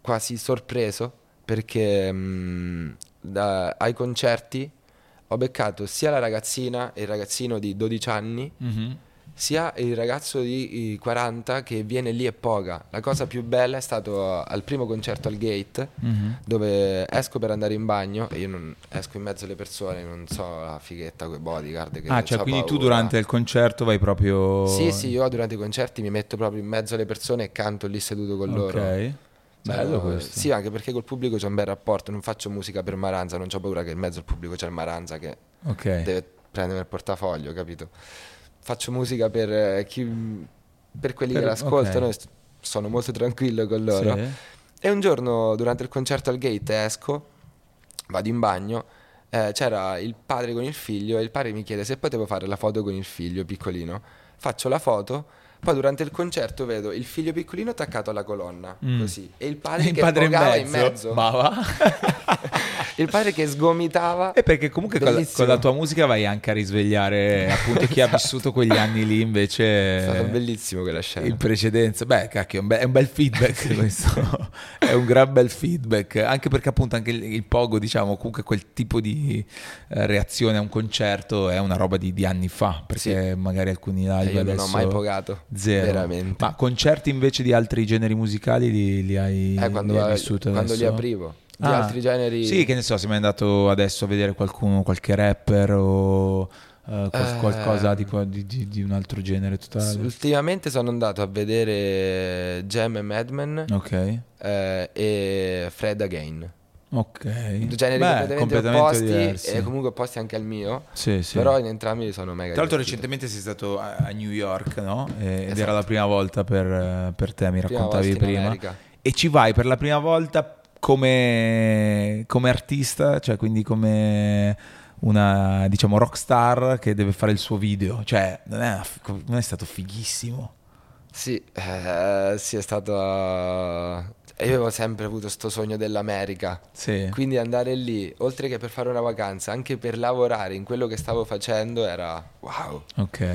quasi sorpreso perché mm, da- ai concerti ho beccato sia la ragazzina e il ragazzino di 12 anni, sia il ragazzo di eh, 40 che viene lì e poga. La cosa più bella è stato eh, al primo concerto al gate,
Mhm.
dove esco per andare in bagno e io non esco in mezzo alle persone, non so la fighetta con i bodyguard. Che
Ah, cioè
c'ho
quindi tu
paura.
durante il concerto vai proprio...
Sì, sì, io durante i concerti mi metto proprio in mezzo alle persone e canto lì seduto con loro.
Ok.
Cioè,
Bello
eh,
questo.
Sì, anche perché col pubblico c'è un bel rapporto, non faccio musica per Maranza, non ho paura che in mezzo al pubblico c'è il Maranza che
Ok.
deve prendere il portafoglio, capito? Faccio musica per eh, chi per quelli
Per-
che l'ascoltano
ok.
e s- sono molto tranquillo con loro.
Sì.
E un giorno durante il concerto al gate esco, vado in bagno, eh, c'era il padre con il figlio e il padre mi chiede se potevo fare la foto con il figlio piccolino. Faccio la foto, poi durante il concerto vedo il figlio piccolino attaccato alla colonna,
Mm.
così, e il padre
Il
che
padre in
pogava
mezzo. Ma va.
il padre che sgomitava.
E perché comunque con la,
Bellissimo. Esatto.
con la tua musica vai anche a risvegliare appunto chi ha vissuto quegli anni lì
È
invece...
stato bellissimo quella scena.
In precedenza, beh, cacchio, è un be- è un bel feedback questo, è un gran bel feedback, anche perché appunto anche il, il pogo, diciamo, comunque quel tipo di eh, reazione a un concerto è una roba di, di anni fa, perché magari alcuni live
E io
adesso...
non ho mai pogato.
Zero.
Veramente.
Ma concerti invece di altri generi musicali li, li hai,
Eh, quando,
li hai vissuto
quando li
adesso?
aprivo. Di
Ah.
altri generi.
Sì, che ne so, se mai andato adesso a vedere qualcuno, qualche rapper o eh, qual-
Eh.
qualcosa di, qua- di- di- di un altro genere
S-
totale.
Ultimamente sono andato a vedere Jam e Madman
Ok.
eh, e Fred Again.
Ok.
Due generi
Beh,
completamente,
completamente
opposti
diversi.
e comunque opposti anche al mio.
Sì, sì.
Però in entrambi sono mega.
Tra l'altro
divertito.
recentemente sei stato a a New York, no? E- Ed
Esatto.
era la prima volta per, per te, mi
Prima
raccontavi
volta in
prima.
America.
E ci vai per la prima volta come, come artista, cioè quindi come una, diciamo, rockstar che deve fare il suo video. Cioè, non è, una f- non è stato fighissimo.
Sì, eh, sì, è stato. eh, Io avevo sempre avuto sto sogno dell'America.
Sì.
Quindi andare lì, oltre che per fare una vacanza, anche per lavorare in quello che stavo facendo era wow, è
Ok.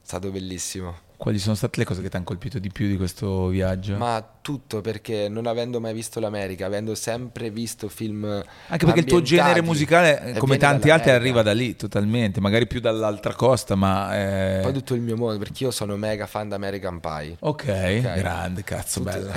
stato bellissimo.
Quali sono state le cose che ti hanno colpito di più di questo viaggio?
Ma tutto perché non avendo mai visto l'America, avendo sempre visto film
Anche perché il tuo genere
ambientati,
musicale,
eh,
come
viene
tanti altri,
dall'America.
arriva da lì totalmente, magari più dall'altra costa, ma... eh,
Poi tutto il mio mondo, perché io sono mega fan di American Pie.
Ok, grande, cazzo,
Tutto-
bella.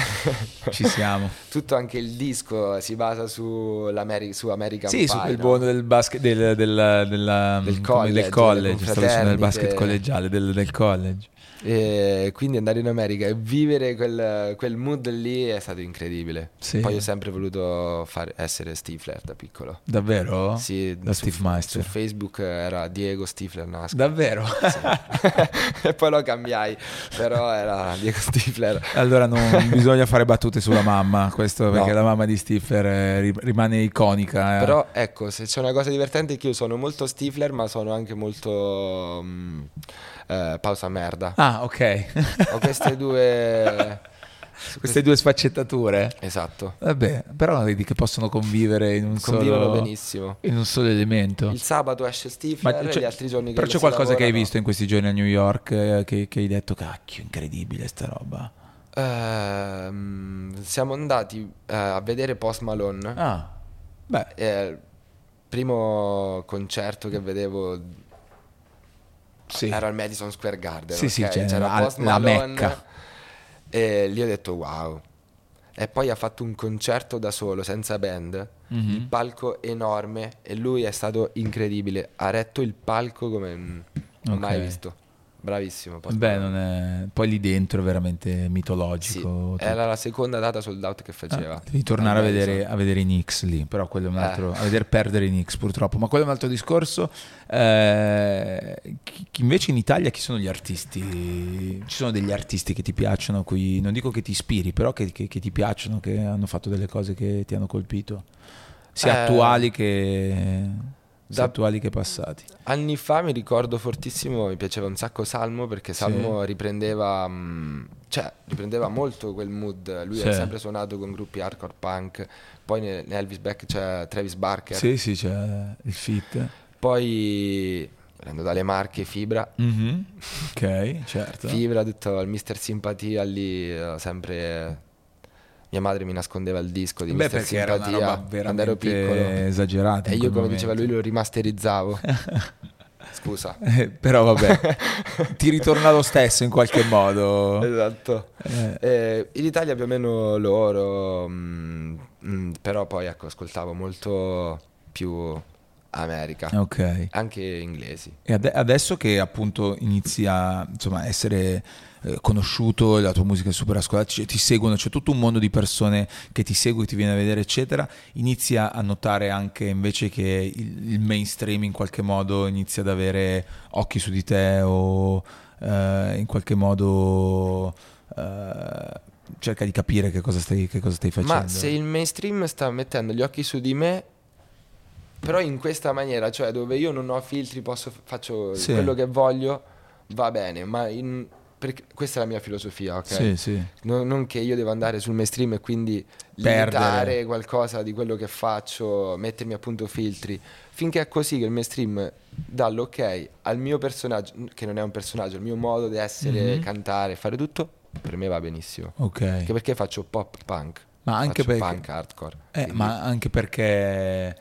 Ci siamo.
Tutto anche il disco si basa su, su American
Sì,
Pie.
su quel
no?
buono del basket del, del, della-
Del
come-
college, delle
del college, stavo dicendo del
confraternite.
basket collegiale, del, del college.
E quindi andare in America e vivere quel, quel mood lì è stato incredibile.
Sì.
Poi ho sempre voluto fare- essere Stifler da piccolo.
Davvero?
Sì,
Oh, Da
su,
Steve Meister.
su Facebook era Diego Stifler Nasco.
Davvero?
e poi lo cambiai, però era Diego Stifler.
Allora non bisogna fare battute sulla mamma, questo
No.
perché la mamma di Stifler eh, ri- rimane iconica. eh.
Però ecco, se c'è una cosa divertente è che io sono molto Stifler, ma sono anche molto mm, eh, pausa merda.
Ah, ok.
Ho queste due
Queste due sfaccettature.
Esatto.
Vabbè, però vedi che possono convivere in un
Convivono
solo
benissimo.
in un solo elemento.
Il sabato esce Stifler
Ma
e
c'è-
gli altri giorni che
però
non
c'è
si
qualcosa che
lavora,
hai
no.
visto in questi giorni a New York eh, che, che hai detto cacchio, incredibile sta roba.
Ehm, siamo andati eh, a vedere Post Malone.
Ah. Beh,
È il primo concerto che vedevo
sì.
era al Madison Square Garden.
Sì, sì,
ok?
cioè,
c'era
al-
Post
la
Malone.
Mecca.
E lì ho detto wow. E poi ha fatto un concerto da solo, senza band.
Mhm.
Il palco enorme e lui è stato incredibile. Ha retto il palco come mm,
Ok.
mai visto. Bravissimo. Post
Beh,
Malone.
non è... poi lì dentro è veramente
Sì,
mitologico. tutto.
era la seconda data sold out che faceva.
Ah, devi tornare a
Al Madison.
vedere, a vedere i Knicks lì, però quello è un
Eh.
altro, a vedere perdere i Knicks purtroppo, ma quello è un altro discorso. Eh, chi- chi- invece in Italia chi sono gli artisti? Ci sono degli artisti che ti piacciono, qui, non dico che ti ispiri, però che, che- che ti piacciono, che hanno fatto delle cose che ti hanno colpito, sia
Eh.
attuali che... sia
Da-
attuali che passati.
Anni fa mi ricordo fortissimo, mi piaceva un sacco Salmo perché Salmo riprendeva, mh, cioè, riprendeva molto quel mood. Lui
Sì.
ha sempre suonato con gruppi hardcore punk, poi ne- in Elvis Beck c'è Travis Barker,
Sì, sì, c'è il fit.
poi prendo dalle marche Fibra,
Mm-hmm. Ok, certo.
Fibra, tutto il Mister Simpatia lì, eh, sempre... Mia madre mi nascondeva il disco di
Beh,
Mister
perché era
Simpatia
una roba
quando ero
veramente
piccolo.
esagerata.
E
in
io,
quel
come diceva
momento.
lui, lo rimasterizzavo. Scusa.
Eh, però vabbè, ti ritorna lo stesso in qualche modo.
Esatto.
Eh,
Eh, in Italia più o meno loro, mm, mm, però poi ecco, ascoltavo molto più America,
ok.
anche inglesi.
E ade- adesso che appunto inizia insomma, a essere eh, conosciuto, la tua musica è super ascoltata, ci- ti seguono, c'è tutto un mondo di persone che ti segue, ti viene a vedere, eccetera, inizia a notare anche invece che il, il mainstream in qualche modo inizia ad avere occhi su di te o eh, in qualche modo eh, cerca di capire che cosa stai, che cosa stai facendo.
Ma se il mainstream sta mettendo gli occhi su di me, però in questa maniera, cioè dove io non ho filtri, posso, faccio
Sì.
quello che voglio, va bene, ma in- perché- questa è la mia filosofia, ok?
Sì, sì.
No- non che io devo andare sul mainstream e quindi
Perdere.
limitare qualcosa di quello che faccio, mettermi appunto filtri. Finché è così che il mainstream dà l'ok al mio personaggio, che non è un personaggio, il mio modo di essere,
Mhm.
cantare, fare tutto, per me va benissimo.
Ok.
Anche perché faccio pop punk.
Ma
faccio
anche perché-
punk hardcore.
Eh,
quindi-
ma anche perché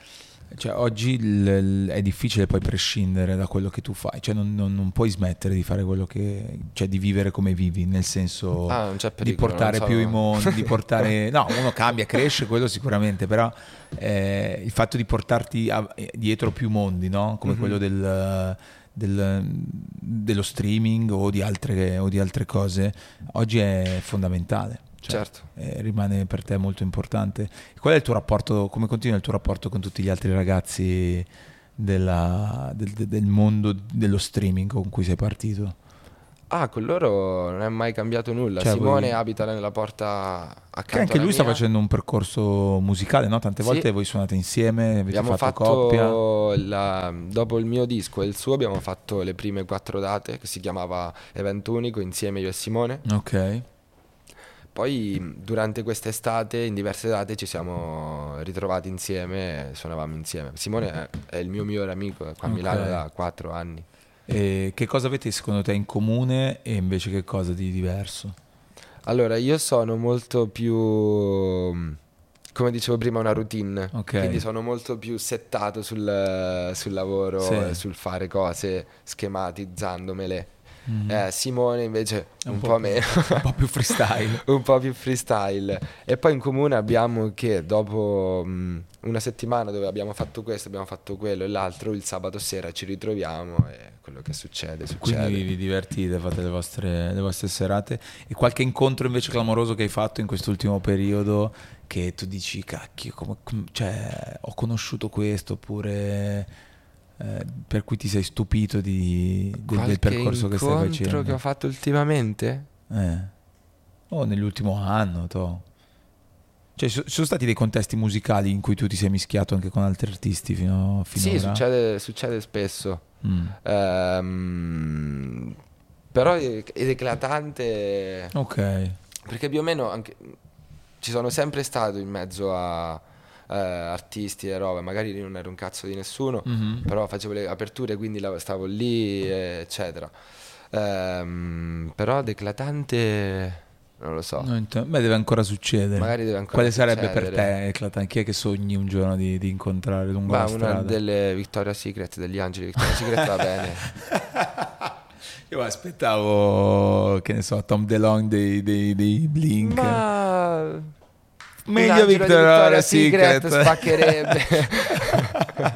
cioè, oggi il- il- è difficile poi prescindere da quello che tu fai, cioè non, non- non puoi smettere di fare quello che, cioè di vivere come vivi, nel senso
Ah, non c'è
di
pericolo, non
portare
so-
più i mondi, di portare... No, uno cambia, cresce, quello sicuramente, però eh, il fatto di portarti a- eh, dietro più mondi, no? come
Mhm.
quello del, del- dello streaming o di, altre, o di altre cose, oggi è fondamentale. Cioè,
Certo.
eh, rimane per te molto importante. Qual è il tuo rapporto, come continua il tuo rapporto con tutti gli altri ragazzi della- del, del- del mondo dello streaming con cui sei partito?
Ah, con loro non è mai cambiato nulla.
Cioè,
Simone
voi-
abita nella porta accanto
Che anche
alla
lui sta
mia.
facendo un percorso musicale, no? Tante
Sì.
volte voi suonate insieme, avete
Abbiamo
fatto,
fatto,
coppia.
la- dopo il mio disco e il suo abbiamo fatto le prime quattro date che si chiamava Evento Unico insieme io e Simone.
Ok.
Poi mh, durante quest'estate in diverse date ci siamo ritrovati insieme e suonavamo insieme. Simone è, è il mio migliore amico è qua a
Ok.
Milano da quattro anni.
E che cosa avete secondo te in comune e invece che cosa di diverso?
Allora, io sono molto più, come dicevo prima, una routine.
Ok.
Quindi sono molto più settato sul, sul lavoro,
Sì.
e sul fare cose, schematizzandomele.
Mm.
Eh, Simone invece un, po', meno.
un po' più freestyle.
un po' più freestyle. E poi in comune abbiamo che dopo mh, una settimana dove abbiamo fatto questo, abbiamo fatto quello e l'altro, il sabato sera ci ritroviamo e quello che succede, succede.
Quindi vi divertite, fate le vostre, le vostre serate. E qualche incontro invece clamoroso che hai fatto in quest'ultimo periodo che tu dici, cacchio, come- com- cioè, ho conosciuto questo oppure eh, per cui ti sei stupito di- del- del,
Qualche
percorso che stai
incontro
facendo.
che ho fatto ultimamente?
Eh. O nell'ultimo anno, to. Cioè, ci so- ci sono stati dei contesti musicali in cui tu ti sei mischiato anche con altri artisti fino,
Sì,
finora?
succede, succede spesso.
Mm.
Ehm, però è ed eclatante
Ok.
perché più o meno anche- ci sono sempre stato in mezzo a eh, artisti e roba, magari io non ero un cazzo di nessuno,
Mhm.
però facevo le aperture, quindi la- stavo lì, eh, eccetera. Ehm, però declatante, non lo so.
Non int- Beh, deve ancora succedere.
Magari deve ancora
Quale sarebbe per
succedere.
te, Eclatan? Chi è che sogni un giorno di, di incontrare lungo
Ma
la
una
strada?
delle Victoria Secret, degli angeli Victoria Secret va bene.
Io aspettavo, che ne so, Tom DeLong dei, dei, dei Blink.
Ma... Un
Meglio
angelo di
Victoria
Victoria's
Secret.
Secret spaccherebbe.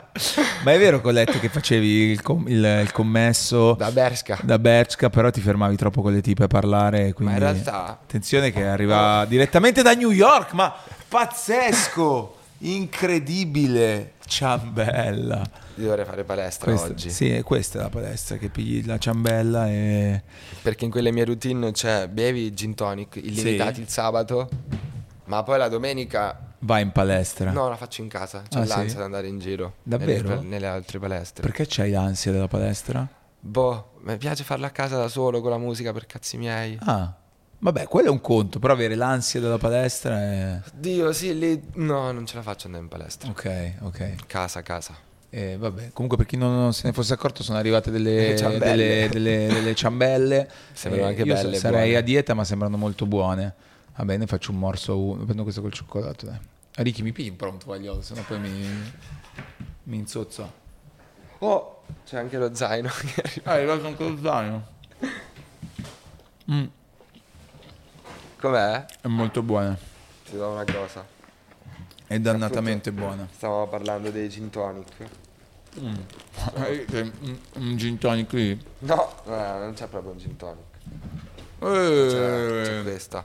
Ma è vero che ho letto che facevi il, com- il- il commesso
da Berska.
da Bershka, però ti fermavi troppo con le tipe a parlare.
Ma
Quindi...
in realtà Ah.
Attenzione che arriva direttamente da New York, ma pazzesco, incredibile, ciambella.
io dovrei fare palestra
Questa,
oggi.
Sì, è questa è la palestra che pigli la ciambella e...
Perché in quelle mie routine c'è bevi gin tonic illimitati
Sì.
il sabato, ma poi la domenica
Vai in palestra.
no, la faccio in casa. C'è
Eh. Ah, sì?
l'ansia di andare in giro.
Davvero?
Nelle, nelle altre palestre.
Perché c'hai l'ansia della palestra?
Boh, mi piace farla a casa da solo con la musica per cazzi miei.
Ah, vabbè, quello è un conto, però avere l'ansia della palestra è...
Dio, sì, lì no, non ce la faccio andare in palestra.
Ok, ok.
Casa, casa.
Eh, vabbè, comunque per chi non, non se ne fosse accorto sono arrivate delle
Le ciambelle.
delle- delle- delle ciambelle.
Sembrano anche
io sa-
belle e
Sarei
buone.
a dieta ma sembrano molto buone. Va bene, faccio un morso, uno. prendo questo col cioccolato. Dai. Ricky mi pigli un po' un tovagliolo, sennò poi mi, mi insozzo.
Oh, c'è anche lo zaino. che arriva.
Ah, è arrivato anche lo zaino.
Com'è?
Mm, È molto buona.
Ti do una cosa.
È dannatamente buona.
Stavamo parlando dei gin tonic.
Un, un gin tonic qui.
No, no, no, non c'è proprio un gin tonic. C'è, c'è
Eh,
questa.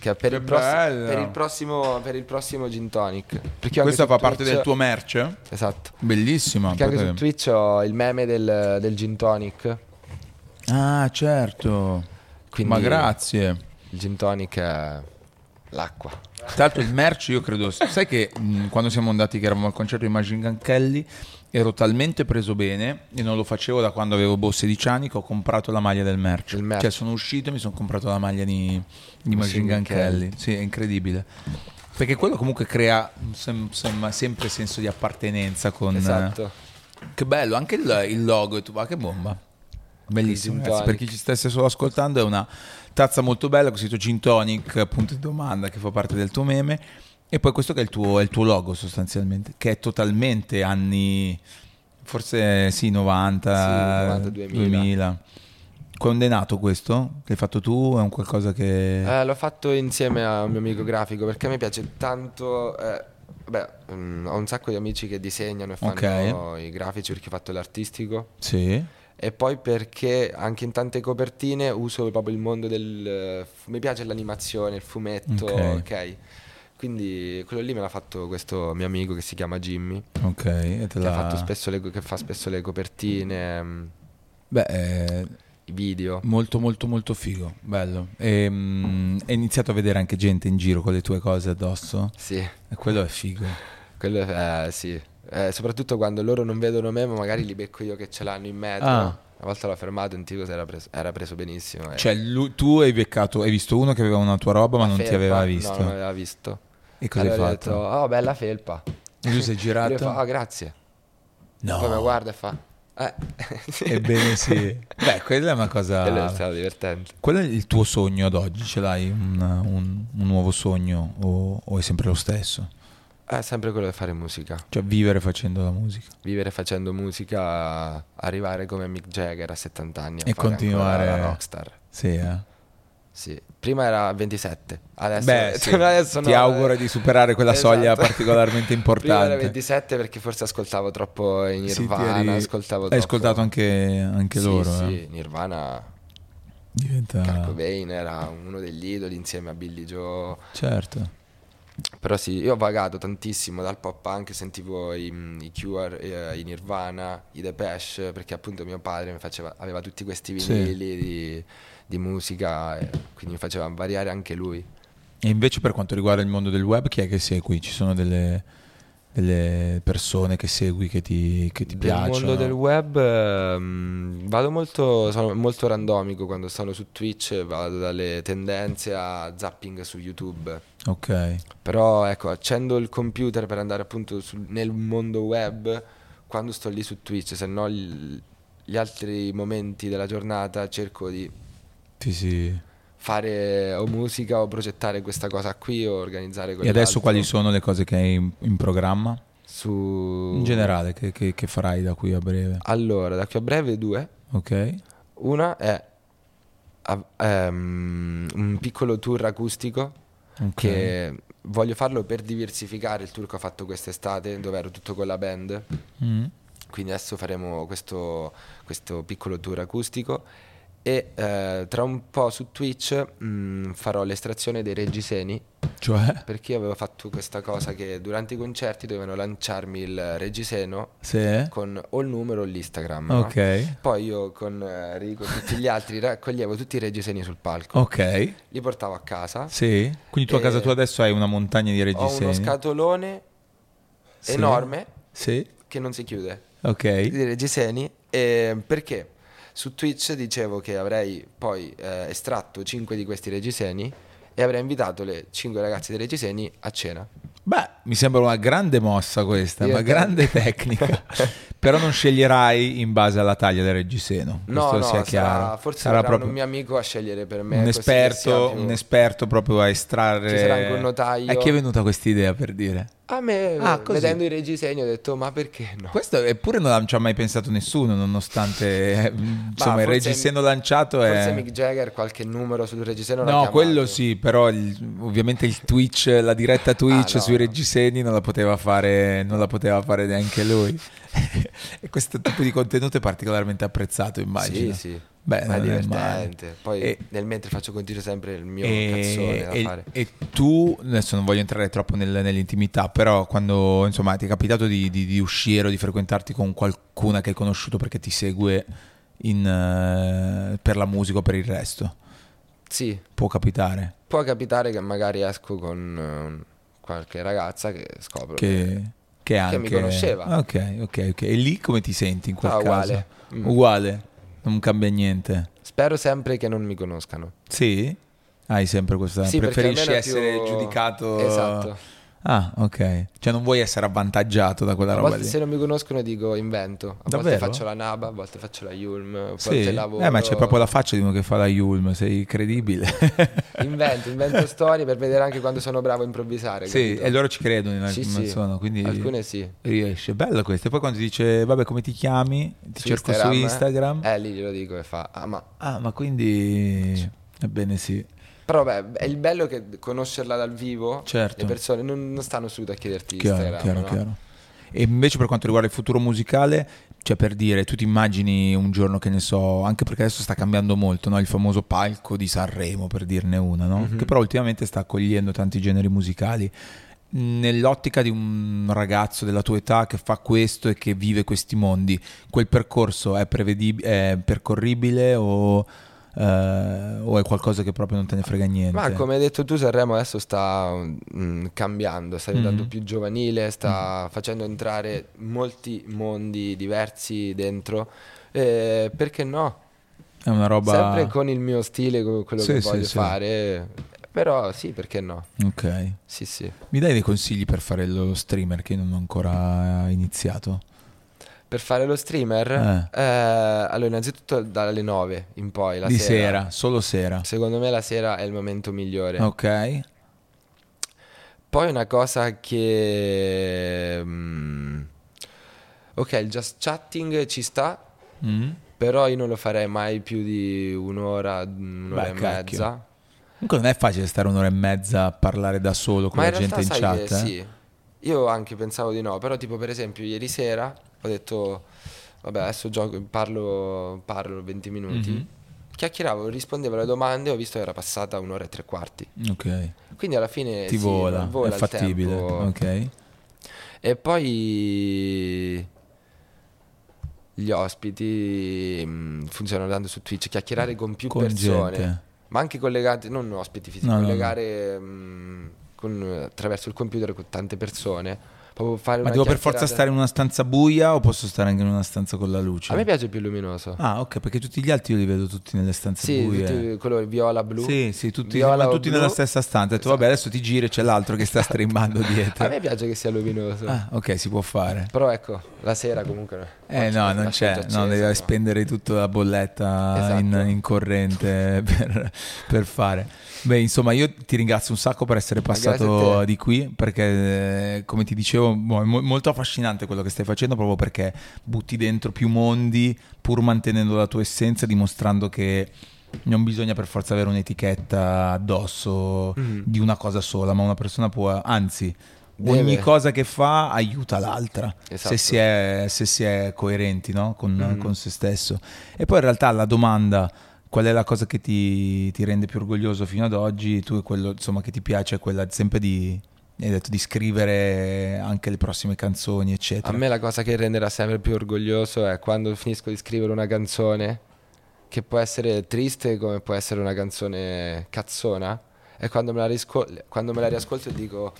Che è per,
Che
il prossi-
bella.
per il prossimo, per il prossimo gin tonic. Perché
Questa fa
anche su
parte
Twitch-
del tuo merch?
Esatto.
Eh. Bellissima.
Perché anche su
potrebbe-
Twitch ho il meme del, del gin tonic.
Ah, certo.
Quindi-
Ma grazie.
Il gin tonic è l'acqua.
Tra l'altro il merch io credo, sai che mh, quando siamo andati che eravamo al concerto di Machine Gun Kelly ero talmente preso bene e non lo facevo da quando avevo boh 16 anni che ho comprato la maglia del merch.
Il merch.
Cioè sono uscito e mi sono comprato la maglia di, di
Machine
Machine Gun
Gun
Kelly. Sì, è incredibile. Perché quello comunque crea sem- insomma, sempre senso di appartenenza con...
Esatto.
Che bello, anche il, il logo e tu, ma che bomba. Bellissimo,
Il gin
ragazzi, per
tonic.
chi ci stesse solo ascoltando è una tazza molto bella, questo gin tonic, punto di domanda, che fa parte del tuo meme. E poi questo che è il tuo, è il tuo logo sostanzialmente, che è totalmente anni, forse sì, 90,
Sì, 90, 2000.
2000. Quando è nato questo? L'hai fatto tu? È un qualcosa che...
Eh, l'ho fatto insieme a un mio amico grafico perché a me piace tanto. eh, vabbè, mm, ho un sacco di amici che disegnano e fanno
Ok.
i grafici perché ho fatto l'artistico.
Sì.
E poi perché anche in tante copertine uso proprio il mondo del... eh, f- mi piace l'animazione, il fumetto,
Ok.
ok? Quindi quello lì me l'ha fatto questo mio amico che si chiama Jimmy,
Ok. E te
che,
l'ha-
ha fatto spesso le co- che fa spesso le copertine, mm,
Beh, eh,
i video.
Molto molto molto figo, bello. E, mm, hai iniziato a vedere anche gente in giro con le tue cose addosso?
Sì,
E quello è figo.
quello è... eh, sì. Eh, soprattutto quando loro non vedono me, ma magari li becco io che ce l'hanno in mezzo.
Ah.
Una volta l'ho fermato, Antico si era preso, era preso benissimo. eh.
Cioè lu- tu hai beccato, hai visto uno che aveva una tua roba ma
La
non ti
felpa,
aveva
No,
visto.
non aveva visto.
E cosa
Allora
hai
ho
fatto?
detto, oh bella felpa.
E tu sei
Lui
girato?
fa, ah grazie. "Oh, Poi mi
No.
guarda e fa: Eh.
Ebbene sì. Beh, quella è una cosa...
Quello è stato divertente.
Quello è il tuo sogno ad oggi? Ce l'hai un, un- un nuovo sogno o, o è sempre lo stesso? Ah.
È Eh, sempre quello di fare musica.
Cioè vivere facendo la musica
Vivere facendo musica, arrivare come Mick Jagger a 70 anni. a
e
fare
continuare...
ancora La rockstar.
Sì, eh.
Sì. Prima era 27, adesso,
Beh, sì.
adesso
ti
no. eh.
auguro di superare quella soglia
Esatto.
particolarmente
Prima era
importante.
27 perché forse ascoltavo troppo i
Sì, ti
Nirvana,
eri-
ascoltavo
Hai
troppo...
ascoltato anche, anche
sì,
loro.
Sì,
eh. Ah.
Nirvana, Kurt
Diventa...
Cobain era uno degli idoli insieme a Billy Joe.
Certo.
Però sì, io ho vagato tantissimo dal pop punk, sentivo i, i Cure, eh, i Nirvana, i Depeche, perché appunto mio padre mi faceva- aveva tutti questi
Sì.
vinili di, di musica, e quindi mi faceva variare anche lui.
E invece per quanto riguarda il mondo del web, chi è che segui? Ci sono delle, delle persone che segui che ti, che ti
Del
piacciono?
mondo del web ehm, vado molto, sono molto randomico quando sono su Twitch, vado dalle tendenze a zapping su YouTube.
Ok.
Però ecco, accendo il computer per andare appunto sul- nel mondo web quando sto lì su Twitch, se no il- gli altri momenti della giornata cerco di
Sì, sì.
fare o musica o progettare questa cosa qui o organizzare
E adesso
quell'altro.
quali sono le cose che hai in, in programma?
Su...
In generale, che, che- che farai da qui a breve?
Allora, da qui a breve due.
Ok?
Una è av- ehm, un piccolo tour acustico
Ok.
che voglio farlo per diversificare il tour che ho fatto quest'estate dove ero tutto con la band.
Mm.
Quindi adesso faremo questo, questo piccolo tour acustico e eh, tra un po' su Twitch mh, farò l'estrazione dei reggiseni
Cioè?
perché io avevo fatto questa cosa che durante i concerti dovevano lanciarmi il reggiseno
Sì?
con o il numero o l'Instagram. no?
Ok.
Poi io con eh, Rico e tutti gli altri raccoglievo tutti i reggiseni sul palco,
Ok.
li portavo a casa,
Sì. Quindi tu a
E-
casa tua adesso hai una montagna di
ho uno
reggiseni.
scatolone
Sì.
enorme
Sì.
che non si chiude.
Ok.
di Regiseni eh, perché su Twitch dicevo che avrei poi eh, estratto 5 di questi Regiseni e avrei invitato le 5 ragazze dei Regiseni a cena.
Beh, mi sembra una grande mossa questa,
Io
una
te-
grande tecnica. Però non sceglierai in base alla taglia del reggiseno.
No,
questo
no,
sia
sarà,
chiaro.
forse
sarà
sarà
proprio
un mio amico a scegliere per me.
un
così che sia
esperto,
più-
un esperto proprio a estrarre.
Ci sarà anche un notaio.
A chi è venuta questa idea per dire?
A me,
Ah,
eh,
così.
vedendo i Regiseni, ho detto ma perché no?
Questo eppure non ci ha mai pensato nessuno, nonostante eh, insomma il
forse-
reggiseno lanciato è.
Forse Mick Jagger qualche numero sul Regiseno l'ha
No,
chiamato.
quello sì, però il- ovviamente il Twitch, la diretta Twitch
Ah, no,
sui
no.
reggiseni non la poteva fare, non la poteva fare neanche lui. e questo tipo di contenuto è particolarmente apprezzato, immagino.
Sì, sì.
Beh,
ma è
non è male.
divertente. Poi
E-
nel mentre faccio continuo sempre il mio cazzone da
E,
fare.
e- e tu, adesso non voglio entrare troppo nel- nell'intimità, però quando insomma ti è capitato di, di- di uscire o di frequentarti con qualcuna che hai conosciuto perché ti segue in, eh, per la musica o per il resto,
Sì,
può capitare
Può capitare che magari esco con eh, qualche ragazza che scopro.
che, che anche... Ah,
mi conosceva.
Ok, ok, ok. E lì come ti senti in quel
Ah,
caso?
uguale. Mm.
Uguale, non cambia niente.
Spero sempre che non mi conoscano.
Sì? Hai sempre questa...
Sì, perché
preferisci
almeno è più-
essere giudicato...
Esatto.
Ah, ok. Cioè non vuoi essere avvantaggiato da quella
A
roba
volte
lì.
se non mi conoscono dico invento. A
Davvero?
volte faccio la Naba, a volte faccio la Yulm, a volte
Sì.
lavoro.
Eh, ma c'è proprio la faccia di uno che fa la Yulm, sei credibile.
Invento, invento storie per vedere anche quando sono bravo a improvvisare.
sì,
capito?
e loro ci credono in
Sì,
alcune
sì.
sono, quindi
Alcune sì.
riesce. Bella questa. E poi quando dice "Vabbè, come ti chiami?" Ti
Su
cerco su
eh.
Instagram.
Eh, lì glielo dico e fa. Ah, ma.
Ah, ma quindi ebbene sì.
Però beh, è il bello che conoscerla dal vivo.
Certo.
Le persone non, non stanno su da chiederti
Chiaro,
Instagram.
chiaro,
no?
chiaro. E invece per quanto riguarda il futuro musicale, cioè per dire, tu ti immagini un giorno che ne so, anche perché adesso sta cambiando molto, no? il famoso palco di Sanremo, per dirne una, no?
Mhm.
che però ultimamente sta accogliendo tanti generi musicali. Nell'ottica di un ragazzo della tua età che fa questo e che vive questi mondi, quel percorso è, prevedib- è percorribile o, eh, o è qualcosa che proprio non te ne frega niente?
Ma come hai detto tu, Sanremo adesso sta mm, cambiando, sta diventando
Mm-hmm.
più giovanile, sta facendo entrare molti mondi diversi dentro. Eh, perché no?
è una roba...
Sempre con il mio stile, con quello
Sì,
che
sì,
voglio
sì.
fare. Però sì, perché no?
Ok.
Sì, sì.
Mi dai dei consigli per fare lo streamer che io non ho ancora iniziato?
Per fare lo streamer,
Eh.
eh, allora innanzitutto dalle 9 in poi, la
Di sera. solo sera.
Secondo me la sera è il momento migliore.
Ok.
Poi una cosa che... mm, ok, il just chatting ci sta,
Mm.
però io non lo farei mai più di un'ora, un'ora
Beh,
e
cacchio.
mezza.
Comunque non è facile stare un'ora e mezza a parlare da solo con
Ma in
la gente
realtà
in
sai
chat.
che
eh.
sì. Io anche pensavo di no, però tipo per esempio ieri sera ho detto vabbè, adesso gioco parlo parlo 20 minuti.
Mhm.
Chiacchieravo, rispondevo alle domande, ho visto che era passata un'ora e tre quarti.
Ok.
Quindi alla fine
Ti
Eh sì,
vola,
non vola
è
il
fattibile.
tempo.
Ok.
E poi gli ospiti mh, funzionano tanto su Twitch, chiacchierare con più
Con
persone,
gente.
ma anche collegate, non ospiti fisici,
No, no, no.
collegare mh, con- attraverso il computer con tante persone, proprio fare
Ma
una
devo per forza
chiacchierata.
stare in una stanza buia o posso stare anche in una stanza con la luce?
A me piace più luminoso.
cioè. Ah, ok, perché tutti gli altri io li vedo tutti nelle stanze
sì,
buie.
tutti i colori viola, blu.
Sì, sì, tutti,
Viola
ma
o
tutti
blu. Esatto.
nella stessa stanza. Ho detto, vabbè, adesso ti giri e c'è l'altro che sta streamando dietro.
A me piace che sia luminoso.
Ah, ok, si può fare.
Però ecco, la sera comunque
Eh no, non c'è, no, devi spendere tutta la bolletta
Esatto.
in, in corrente per, per fare. Beh, insomma, io ti ringrazio un sacco per essere
grazie a
passato
te.
di qui perché, eh, come ti dicevo, mo- è mo- molto affascinante quello che stai facendo proprio perché butti dentro più mondi pur mantenendo la tua essenza, dimostrando che non bisogna per forza avere un'etichetta addosso
Mhm.
di una cosa sola, ma una persona può, anzi,
Deve.
ogni cosa che fa aiuta l'altra
Esatto.
se, si è, se si è coerenti no? con,
Mhm.
con se stesso. E poi in realtà la domanda qual è la cosa che ti, ti rende più orgoglioso fino ad oggi, tu e quello insomma, che ti piace è quella sempre di, hai detto, di scrivere anche le prossime canzoni,
A
eccetera.
me la cosa che renderà sempre più orgoglioso è quando finisco di scrivere una canzone, che può essere triste come può essere una canzone cazzona, e quando me la, riscol- quando me la riascolto dico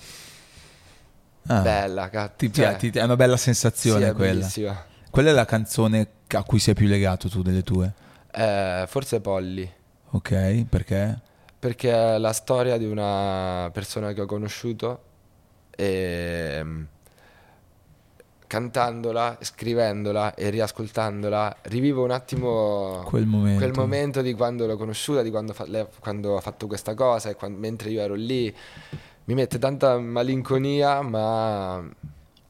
Ah,
bella, cazzo.
ti pia- ti- è una bella sensazione
cioè, è
quella.
bellissima.
Quella è la canzone a cui sei più legato tu delle tue,
Eh, forse Polly,
ok? Perché?
perché è la storia di una persona che ho conosciuto e mm, cantandola, scrivendola e riascoltandola rivivo un attimo
Quel momento.
quel momento di quando l'ho conosciuta, di quando, fa- lei- quando ha fatto questa cosa, e quan- mentre io ero lì, mi mette tanta malinconia, ma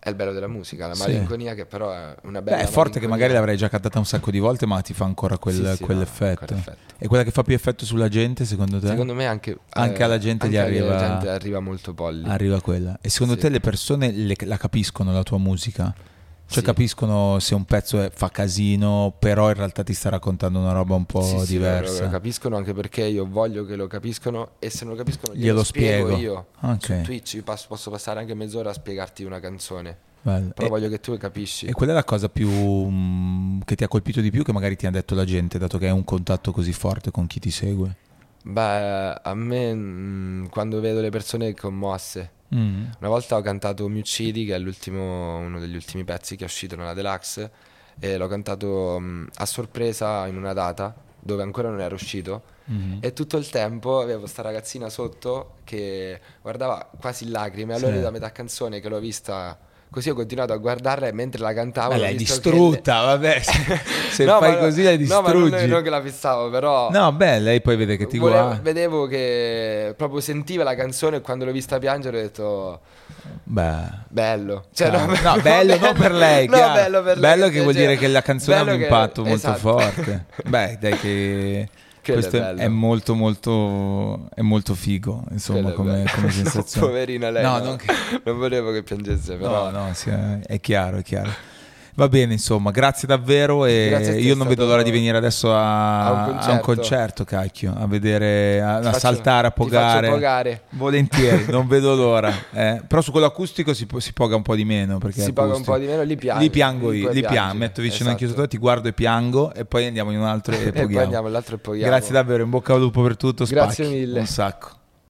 è il bello della musica, la
Sì.
malinconia che però è una
Beh,
bella...
è forte che
malinconia.
magari l'avrai già cantata un sacco di volte, ma ti fa ancora quel-
Sì, sì,
quell'effetto.
no, quell'effetto.
E quella che fa più effetto sulla gente, secondo te?
Secondo me anche,
Anche alla gente gli
anche alla
arriva- Ah,
gente arriva molto polli.
Arriva quella. E secondo
Sì.
te le persone le- la capiscono la tua musica? Cioè
Sì.
capiscono se un pezzo è- fa casino, però in realtà ti sta raccontando una roba un po'
Sì, sì, loro
diversa.
lo capiscono anche perché io voglio che lo capiscono e se non lo capiscono glielo,
Glielo
spiego,
spiego. Eh.
io.
Ok.
Su Twitch io pas- posso passare anche mezz'ora a spiegarti una canzone,
Bello.
però
E-
voglio che tu capisci.
E quella è la cosa più mm, che ti ha colpito di più, che magari ti ha detto la gente, dato che hai un contatto così forte con chi ti segue.
Beh, a me mm, quando vedo le persone commosse.
Mm.
Una volta ho cantato Mi uccidi, che è l'ultimo- uno degli ultimi pezzi che è uscito nella Deluxe, e l'ho cantato mm, a sorpresa in una data dove ancora non era uscito.
Mhm.
E tutto il tempo avevo sta ragazzina sotto che guardava quasi in lacrime. Allora
Sì.
io da metà canzone che l'ho vista così ho continuato a guardarla e mentre la cantavo...
Ma
l'ho
l'hai
visto che-
distrutta, vabbè. Se, se
No,
fai
ma-
così la distruggi.
No, ma non, non che la fissavo, però...
No, beh, lei poi vede che ti
Volevo-
guarda.
Vedevo che proprio sentiva la canzone e quando l'ho vista piangere ho detto
Beh.
bello. Cioè,
Chiaro. No, bello non per lei,
No,
chiaro.
bello per lei.
che vuol
cioè,
dire che la canzone ha un
bello che-
impatto molto
esatto.
forte. Beh, dai che...
Quello
questo
è
è,
bello.
molto molto è molto figo, insomma,
Quello è
come,
bello.
come sensazione.
Poverina lei.
No,
no.
non che-
Non volevo che piangesse, però.
No, no, sì, è è chiaro, è chiaro. Va bene, insomma, grazie davvero e
Grazie a te,
io
è
non vedo
stato-
l'ora di venire adesso a,
a un concerto.
a concerto, cacchio, a vedere, a, a
Ti faccio-
saltare, a
ti faccio
pogare.
pogare.
Volentieri, non vedo l'ora. eh. Però su quello acustico si, po- si poga un po' di meno. Perché
Si
è
poga un
acustico.
po' di meno, lì piangi.
Lì piango
Lì
io,
puoi
lì piango,
piangere,
metto vicino
esatto.
anch'io sotto, ti guardo e piango e poi andiamo in un altro e,
E poi
poghiamo.
andiamo all'altro e poi
Grazie davvero, in bocca al lupo per tutto.
Grazie
spacchi
mille.
Un sacco.